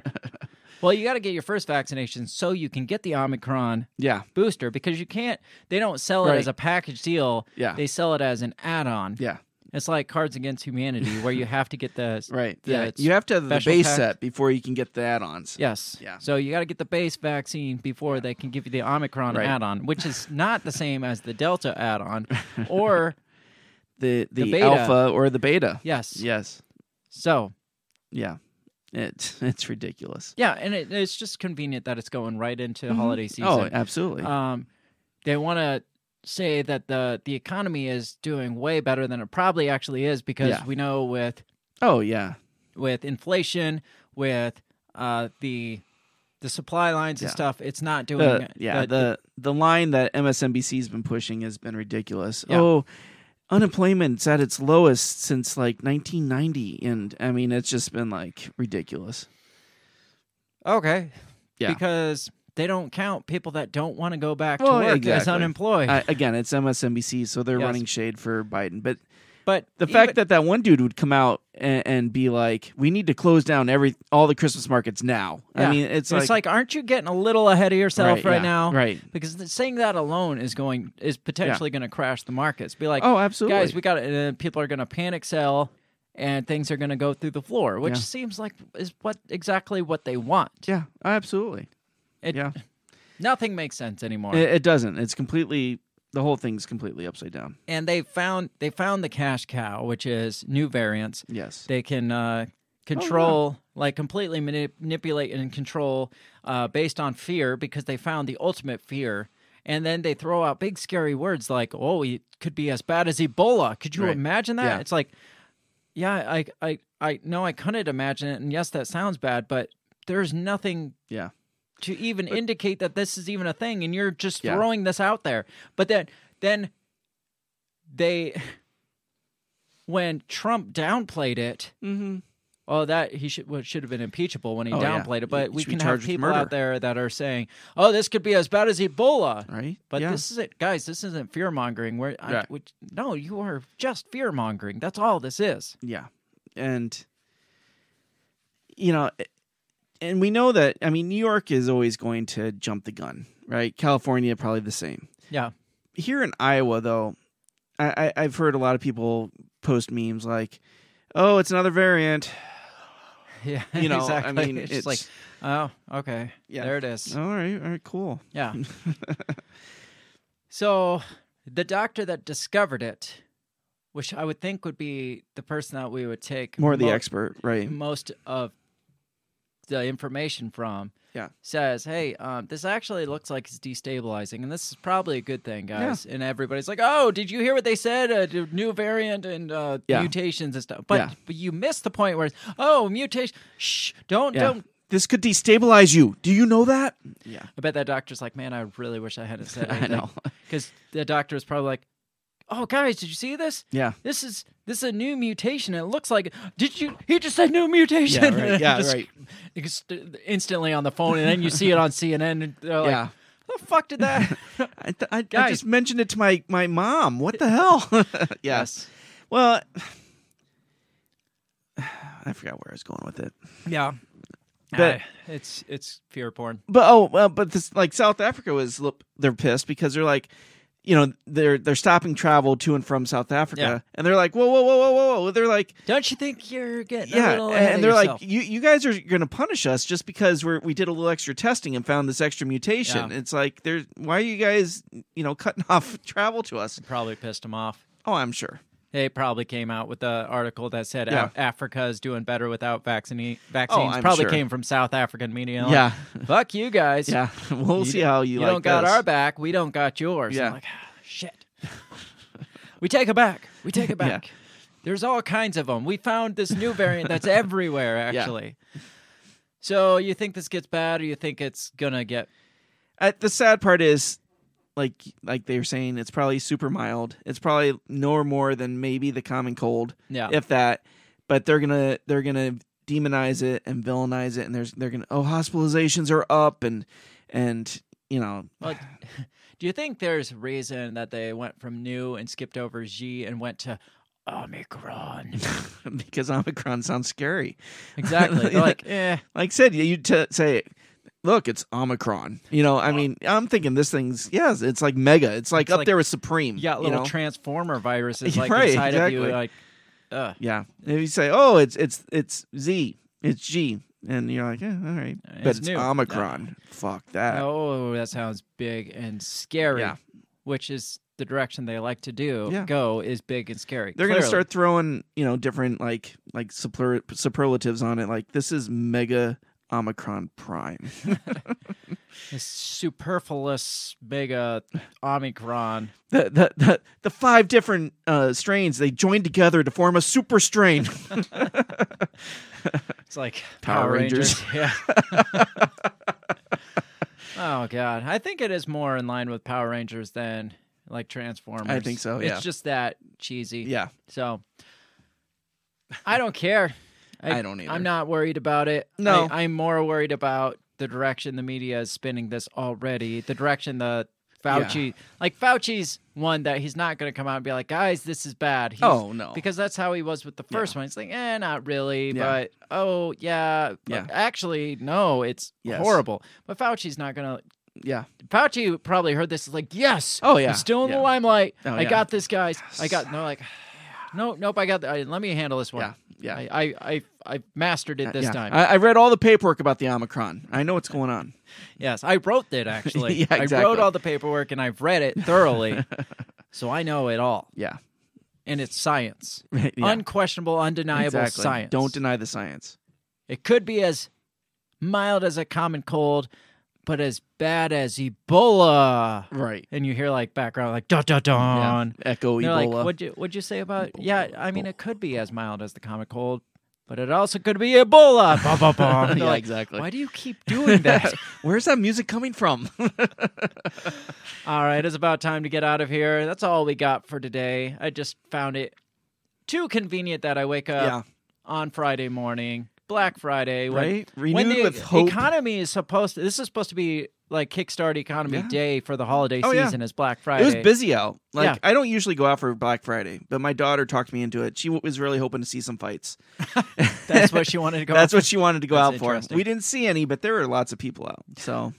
[SPEAKER 1] well, you got to get your first vaccination so you can get the Omicron
[SPEAKER 2] yeah,
[SPEAKER 1] booster because you can't, they don't sell
[SPEAKER 2] Right.
[SPEAKER 1] it as a package deal.
[SPEAKER 2] Yeah.
[SPEAKER 1] They sell it as an add on.
[SPEAKER 2] yeah.
[SPEAKER 1] It's like Cards Against Humanity where you have to get the.
[SPEAKER 2] Right.
[SPEAKER 1] the-
[SPEAKER 2] Yeah,
[SPEAKER 1] it's-
[SPEAKER 2] you have to have the
[SPEAKER 1] special
[SPEAKER 2] base
[SPEAKER 1] pack.
[SPEAKER 2] set before you can get the add-ons.
[SPEAKER 1] Yes.
[SPEAKER 2] Yeah.
[SPEAKER 1] So you got to get the base vaccine before they can give you the Omicron
[SPEAKER 2] Right.
[SPEAKER 1] add on, which is not the same as the Delta add on or,
[SPEAKER 2] The the,
[SPEAKER 1] The beta.
[SPEAKER 2] alpha or the beta.
[SPEAKER 1] yes.
[SPEAKER 2] Yes.
[SPEAKER 1] So,
[SPEAKER 2] Yeah. It, it's ridiculous.
[SPEAKER 1] yeah. And it, it's just convenient that it's going right into holiday season.
[SPEAKER 2] Oh, absolutely.
[SPEAKER 1] Um, they want to say that the the economy is doing way better than it probably actually is because
[SPEAKER 2] Yeah.
[SPEAKER 1] we know with
[SPEAKER 2] oh, yeah.
[SPEAKER 1] with inflation, with uh, the the supply lines and
[SPEAKER 2] Yeah.
[SPEAKER 1] stuff, it's not doing.
[SPEAKER 2] The, yeah. The, the line that MSNBC's been pushing has been ridiculous.
[SPEAKER 1] Yeah.
[SPEAKER 2] Oh, unemployment's at its lowest since like 1990, and I mean it's just been like ridiculous.
[SPEAKER 1] okay,
[SPEAKER 2] Yeah.
[SPEAKER 1] because they don't count people that don't want to go back
[SPEAKER 2] Well,
[SPEAKER 1] to work as
[SPEAKER 2] exactly.
[SPEAKER 1] unemployed.
[SPEAKER 2] I, again, it's MSNBC, so they're
[SPEAKER 1] Yes.
[SPEAKER 2] running shade for Biden, but
[SPEAKER 1] but
[SPEAKER 2] The fact that that one dude would come out and, and be like, "We need to close down every all the Christmas markets now." I
[SPEAKER 1] Yeah.
[SPEAKER 2] mean, it's,
[SPEAKER 1] it's like, aren't you getting a little ahead of yourself right,
[SPEAKER 2] yeah,
[SPEAKER 1] now?
[SPEAKER 2] right?
[SPEAKER 1] Because th- saying that alone is going is potentially going to crash the markets. Be like,
[SPEAKER 2] oh, absolutely,
[SPEAKER 1] guys, we got to uh, people are going to panic sell and things are going to go through the floor, which
[SPEAKER 2] Yeah.
[SPEAKER 1] seems like is what exactly what they want.
[SPEAKER 2] yeah, absolutely,
[SPEAKER 1] It-
[SPEAKER 2] yeah.
[SPEAKER 1] Nothing makes sense anymore.
[SPEAKER 2] It, it doesn't. It's completely the whole thing's completely upside down.
[SPEAKER 1] and they found they found the cash cow, which is new variants.
[SPEAKER 2] Yes,
[SPEAKER 1] They can
[SPEAKER 2] Oh,
[SPEAKER 1] uh, control like completely mani- manipulate and control uh, based on fear because they found the ultimate fear. And then they throw out big scary words like, "Oh, it could be as bad as Ebola." Could you
[SPEAKER 2] Right.
[SPEAKER 1] imagine that?
[SPEAKER 2] Yeah.
[SPEAKER 1] It's like, yeah, I, I, I, no, I couldn't imagine it. And yes, that sounds bad, but there's nothing
[SPEAKER 2] yeah,
[SPEAKER 1] to even indicate that this is even a thing, and you're just
[SPEAKER 2] Yeah.
[SPEAKER 1] throwing this out there. But then, then they, when Trump downplayed it,
[SPEAKER 2] mm-hmm.
[SPEAKER 1] Oh, that he should well, it should have been impeachable when he
[SPEAKER 2] Oh, yeah.
[SPEAKER 1] downplayed it.
[SPEAKER 2] He
[SPEAKER 1] But we
[SPEAKER 2] should be
[SPEAKER 1] can have
[SPEAKER 2] charged with
[SPEAKER 1] people
[SPEAKER 2] murder.
[SPEAKER 1] out there that are saying, "Oh, this could be as bad as Ebola."
[SPEAKER 2] right.
[SPEAKER 1] But
[SPEAKER 2] yeah.
[SPEAKER 1] this isn't, guys. This isn't fear mongering. Where I-
[SPEAKER 2] Yeah.
[SPEAKER 1] which- no, you are just fear mongering. That's all this is.
[SPEAKER 2] Yeah. And you know and we know that I mean New York is always going to jump the gun, right? California probably the same.
[SPEAKER 1] Yeah.
[SPEAKER 2] Here in Iowa though, I, I I've heard a lot of people post memes like, Oh, it's another variant.
[SPEAKER 1] Yeah,
[SPEAKER 2] You know, I
[SPEAKER 1] exactly.
[SPEAKER 2] mean,
[SPEAKER 1] it's, just like,
[SPEAKER 2] it's-
[SPEAKER 1] oh, okay,
[SPEAKER 2] Yeah.
[SPEAKER 1] there it is.
[SPEAKER 2] All right, all right, cool.
[SPEAKER 1] Yeah. so the doctor that discovered it, which I would think would be the person that we Mm-hmm. would take
[SPEAKER 2] More the
[SPEAKER 1] mo-
[SPEAKER 2] expert, right?
[SPEAKER 1] most of the information from
[SPEAKER 2] Yeah.
[SPEAKER 1] says hey um, this actually looks like it's destabilizing and this is probably a good thing guys and everybody's like oh did you hear what they said uh, d- new variant and uh,
[SPEAKER 2] Yeah.
[SPEAKER 1] mutations and stuff but,
[SPEAKER 2] Yeah.
[SPEAKER 1] but you missed the point where it's, oh mutation shh don't
[SPEAKER 2] Yeah.
[SPEAKER 1] don't
[SPEAKER 2] This could destabilize you. Do you know that? Yeah.
[SPEAKER 1] i bet that doctor's like man i really wish i hadn't said
[SPEAKER 2] I
[SPEAKER 1] anything
[SPEAKER 2] know.
[SPEAKER 1] because the doctor was probably like oh guys did you see this
[SPEAKER 2] Yeah.
[SPEAKER 1] this is this is a new mutation. It looks like did you? He just said new mutation.
[SPEAKER 2] Yeah, right. Yeah,
[SPEAKER 1] Just-
[SPEAKER 2] right.
[SPEAKER 1] just instantly on the phone, and then you see it on CNN. And they're like,
[SPEAKER 2] Yeah.
[SPEAKER 1] the fuck did that?
[SPEAKER 2] I, th- I, I
[SPEAKER 1] Guys.
[SPEAKER 2] just mentioned it to my, my mom. What the hell? yes. Well, I forgot where I was going with it.
[SPEAKER 1] yeah.
[SPEAKER 2] But-
[SPEAKER 1] Ah, it's it's fear porn.
[SPEAKER 2] But oh, well, but this like South Africa was l- they're pissed because they're like, you know they're they're stopping travel to and from South Africa, and they're like, whoa, whoa, whoa, whoa, whoa, whoa. They're like,
[SPEAKER 1] Don't you think you're getting a
[SPEAKER 2] yeah,
[SPEAKER 1] little
[SPEAKER 2] and,
[SPEAKER 1] ahead
[SPEAKER 2] and
[SPEAKER 1] of
[SPEAKER 2] they're
[SPEAKER 1] yourself?
[SPEAKER 2] like, you you guys are going to punish us just because we're we did a little extra testing and found this extra mutation.
[SPEAKER 1] Yeah.
[SPEAKER 2] It's like, there's why are you guys you know cutting off travel to us?
[SPEAKER 1] probably pissed him off.
[SPEAKER 2] Oh, I'm sure.
[SPEAKER 1] They probably came out with the article that said
[SPEAKER 2] Yeah. Oh,
[SPEAKER 1] Af- Africa is doing better without vaccine vaccines.
[SPEAKER 2] I'm
[SPEAKER 1] probably
[SPEAKER 2] sure.
[SPEAKER 1] came from South African media.
[SPEAKER 2] Yeah.
[SPEAKER 1] fuck you guys.
[SPEAKER 2] Yeah, we'll
[SPEAKER 1] You
[SPEAKER 2] see
[SPEAKER 1] d-
[SPEAKER 2] how you, like
[SPEAKER 1] don't got
[SPEAKER 2] this.
[SPEAKER 1] our back. We don't got yours.
[SPEAKER 2] Yeah.
[SPEAKER 1] I'm like, "Ah, shit. we take it back. We take it
[SPEAKER 2] Yeah.
[SPEAKER 1] back. There's all kinds of them. We found this new variant that's everywhere, actually. So you think this gets bad, or you think it's gonna get?
[SPEAKER 2] Uh, the sad part is like like they were saying it's probably super mild it's probably no more than maybe the common cold
[SPEAKER 1] Yeah.
[SPEAKER 2] if that but they're gonna they're gonna demonize it and villainize it and there's they're gonna oh hospitalizations are up and and you know
[SPEAKER 1] Well, do you think there's a reason that they went from new and skipped over Z and went to Omicron?
[SPEAKER 2] because omicron sounds scary
[SPEAKER 1] Exactly. They're like, eh,
[SPEAKER 2] like I said you t- say look it's omicron you know i mean i'm thinking this thing's yes it's like mega it's like
[SPEAKER 1] It's
[SPEAKER 2] up
[SPEAKER 1] like-
[SPEAKER 2] there with supreme
[SPEAKER 1] you got
[SPEAKER 2] you
[SPEAKER 1] little
[SPEAKER 2] know?
[SPEAKER 1] transformer viruses
[SPEAKER 2] Yeah,
[SPEAKER 1] like
[SPEAKER 2] right,
[SPEAKER 1] inside of you,
[SPEAKER 2] exactly.
[SPEAKER 1] like, uh,
[SPEAKER 2] Yeah. If you say, "Oh, it's it's it's Z, it's G," and you're like, "Yeah, all right," but
[SPEAKER 1] It's
[SPEAKER 2] it's
[SPEAKER 1] new.
[SPEAKER 2] Omicron. Fuck that.
[SPEAKER 1] oh, that sounds big and scary,
[SPEAKER 2] Uh, Yeah.
[SPEAKER 1] which is the direction they like to do.
[SPEAKER 2] Yeah.
[SPEAKER 1] Go is big and scary.
[SPEAKER 2] They're gonna
[SPEAKER 1] clearly.
[SPEAKER 2] start throwing you know different like like super, superlatives on it. Like this is mega Omicron Prime.
[SPEAKER 1] this superfluous mega Omicron.
[SPEAKER 2] the, the the the five different uh, strains they joined together to form a super strain.
[SPEAKER 1] It's like
[SPEAKER 2] Power
[SPEAKER 1] Yeah. oh god, I think it is more in line with Power Rangers than like Transformers.
[SPEAKER 2] I think so, yeah.
[SPEAKER 1] It's just that cheesy.
[SPEAKER 2] yeah.
[SPEAKER 1] So I don't care.
[SPEAKER 2] I don't either.
[SPEAKER 1] I'm not worried about it.
[SPEAKER 2] No.
[SPEAKER 1] I, am more worried about the direction the media is spinning this already. The direction the Fauci, like Fauci's one that he's not going to come out and be like, guys, this is bad. He's,
[SPEAKER 2] Oh no.
[SPEAKER 1] because that's how he was with the first one. It's like, eh, not really,
[SPEAKER 2] Yeah.
[SPEAKER 1] but oh yeah, but
[SPEAKER 2] Yeah.
[SPEAKER 1] actually, no, it's
[SPEAKER 2] Yes.
[SPEAKER 1] horrible. But Fauci's not gonna.
[SPEAKER 2] yeah.
[SPEAKER 1] Fauci probably heard this is like, yes,
[SPEAKER 2] Oh, yeah.
[SPEAKER 1] I'm still in
[SPEAKER 2] Yeah.
[SPEAKER 1] the limelight.
[SPEAKER 2] Oh,
[SPEAKER 1] I
[SPEAKER 2] yeah.
[SPEAKER 1] got this, guys. I
[SPEAKER 2] Yes.
[SPEAKER 1] got. And they're like, no, nope, I got. The, I, let me handle this one.
[SPEAKER 2] Yeah. Yeah. Uh,
[SPEAKER 1] I, I, I, I mastered it this
[SPEAKER 2] Yeah.
[SPEAKER 1] time.
[SPEAKER 2] I, I read all the paperwork about the Omicron. I know what's going on.
[SPEAKER 1] yes, I wrote it actually.
[SPEAKER 2] Yeah,
[SPEAKER 1] I wrote
[SPEAKER 2] exactly.
[SPEAKER 1] all the paperwork and I've read it thoroughly, so I know it all,
[SPEAKER 2] Yeah.
[SPEAKER 1] and it's science,
[SPEAKER 2] yeah.
[SPEAKER 1] unquestionable, undeniable
[SPEAKER 2] Exactly.
[SPEAKER 1] science.
[SPEAKER 2] Don't deny the science.
[SPEAKER 1] It could be as mild as a common cold, but as bad as Ebola.
[SPEAKER 2] Right.
[SPEAKER 1] And you hear like background, like dun dun dun.
[SPEAKER 2] Echo
[SPEAKER 1] They're
[SPEAKER 2] Ebola.
[SPEAKER 1] like, what'd you what'd you say about?
[SPEAKER 2] Ebola,
[SPEAKER 1] Yeah, I mean, it could be as mild as the common cold, but it also could be Ebola. Bah, bah, bah. They're
[SPEAKER 2] Yeah,
[SPEAKER 1] like,
[SPEAKER 2] exactly.
[SPEAKER 1] Why do you keep doing that?
[SPEAKER 2] Where's that music coming from?
[SPEAKER 1] all right, it's about time to get out of here. That's all we got for today. I just found it too convenient that I wake up on Friday morning, Black Friday, when
[SPEAKER 2] right. Renewed
[SPEAKER 1] when the
[SPEAKER 2] with hope.
[SPEAKER 1] economy is supposed to this is supposed to be like kickstart economy
[SPEAKER 2] Yeah.
[SPEAKER 1] day for the holiday
[SPEAKER 2] Oh, yeah.
[SPEAKER 1] season is black
[SPEAKER 2] it
[SPEAKER 1] friday
[SPEAKER 2] was busy out.
[SPEAKER 1] Yeah.
[SPEAKER 2] Like I don't usually go out for Black Friday, but my daughter talked me into it. She w- was really hoping to see some fights.
[SPEAKER 1] that's what she wanted to go
[SPEAKER 2] That's what she wanted to go
[SPEAKER 1] That's
[SPEAKER 2] out for.
[SPEAKER 1] interesting.
[SPEAKER 2] We didn't see any, but there were lots of people out. So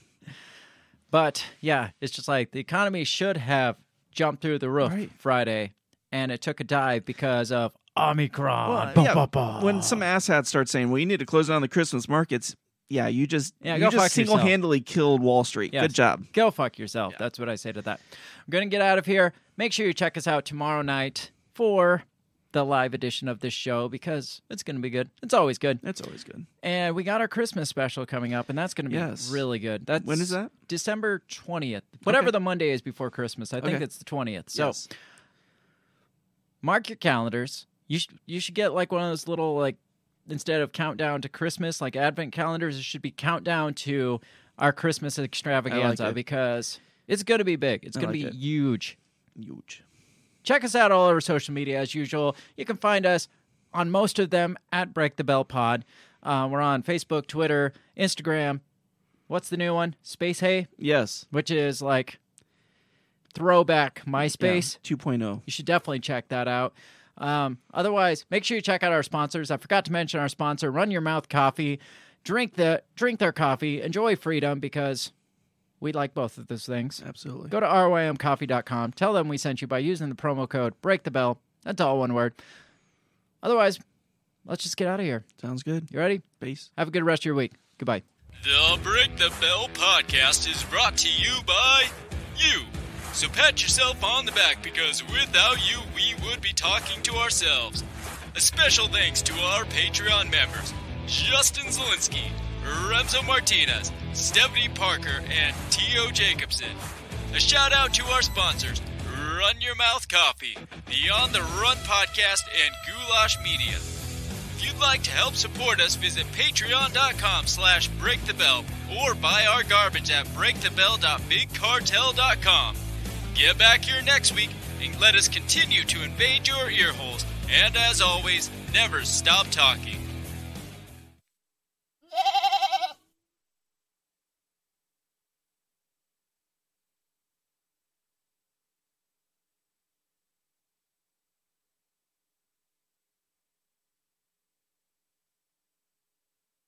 [SPEAKER 1] but yeah it's just like the economy should have jumped through the roof
[SPEAKER 2] Right.
[SPEAKER 1] friday and it took a dive because of omicron
[SPEAKER 2] Well,
[SPEAKER 1] Bah,
[SPEAKER 2] yeah,
[SPEAKER 1] bah, bah.
[SPEAKER 2] when some asshat starts saying, "Well, you need to close down the Christmas markets," yeah, you just
[SPEAKER 1] Yeah,
[SPEAKER 2] you
[SPEAKER 1] go
[SPEAKER 2] just
[SPEAKER 1] fuck yourself.
[SPEAKER 2] single-handedly killed Wall Street.
[SPEAKER 1] Yes.
[SPEAKER 2] Good job.
[SPEAKER 1] go fuck yourself that's what i say to that i'm gonna get out of here make sure you check us out tomorrow night for the live edition of this show because it's gonna be good it's always good
[SPEAKER 2] That's always good.
[SPEAKER 1] And we got our Christmas special coming up, and that's going to be
[SPEAKER 2] Yes.
[SPEAKER 1] really good. That's
[SPEAKER 2] When is that?
[SPEAKER 1] December twentieth, whatever the Monday is before Christmas. I think
[SPEAKER 2] Okay.
[SPEAKER 1] it's the twentieth. So
[SPEAKER 2] Yes.
[SPEAKER 1] mark your calendars. You should you should get like one of those little like instead of countdown to Christmas, like advent calendars. It should be countdown to our Christmas extravaganza
[SPEAKER 2] it.
[SPEAKER 1] because it's going to be big. It's
[SPEAKER 2] I
[SPEAKER 1] going
[SPEAKER 2] like
[SPEAKER 1] to
[SPEAKER 2] it.
[SPEAKER 1] be huge.
[SPEAKER 2] huge.
[SPEAKER 1] Check us out all over social media as usual. You can find us on most of them at Break the Bell Pod. Uh, we're on Facebook, Twitter, Instagram. What's the new one? Space Hay,
[SPEAKER 2] Yes.
[SPEAKER 1] which is like throwback MySpace.
[SPEAKER 2] Yeah. oh. 2.0.
[SPEAKER 1] You should definitely check that out. Um, otherwise, make sure you check out our sponsors. I forgot to mention our sponsor, Run Your Mouth Coffee. Drink the drink their coffee. Enjoy freedom because We like both of those things.
[SPEAKER 2] Absolutely.
[SPEAKER 1] Go to rymcoffee.com. Tell them we sent you by using the promo code break the bell. That's all one word. Otherwise, let's just get out of here.
[SPEAKER 2] Sounds good.
[SPEAKER 1] You ready?
[SPEAKER 2] Peace.
[SPEAKER 1] Have a good rest of your week. Goodbye.
[SPEAKER 3] The Break the Bell podcast is brought to you by you. So pat yourself on the back because without you, we would be talking to ourselves. A special thanks to our Patreon members Justin Zielinski, Remzo Martinez, Stephanie Parker, and T.O. Jacobson. A shout out to our sponsors Run Your Mouth Coffee, the On the Run podcast, and Goulash Media. If you'd like to help support us, visit patreon.com slash breakthebell or buy our garbage at breakthebell.bigcartel.com. Get back here next week and let us continue to invade your earholes. And as always, never stop talking.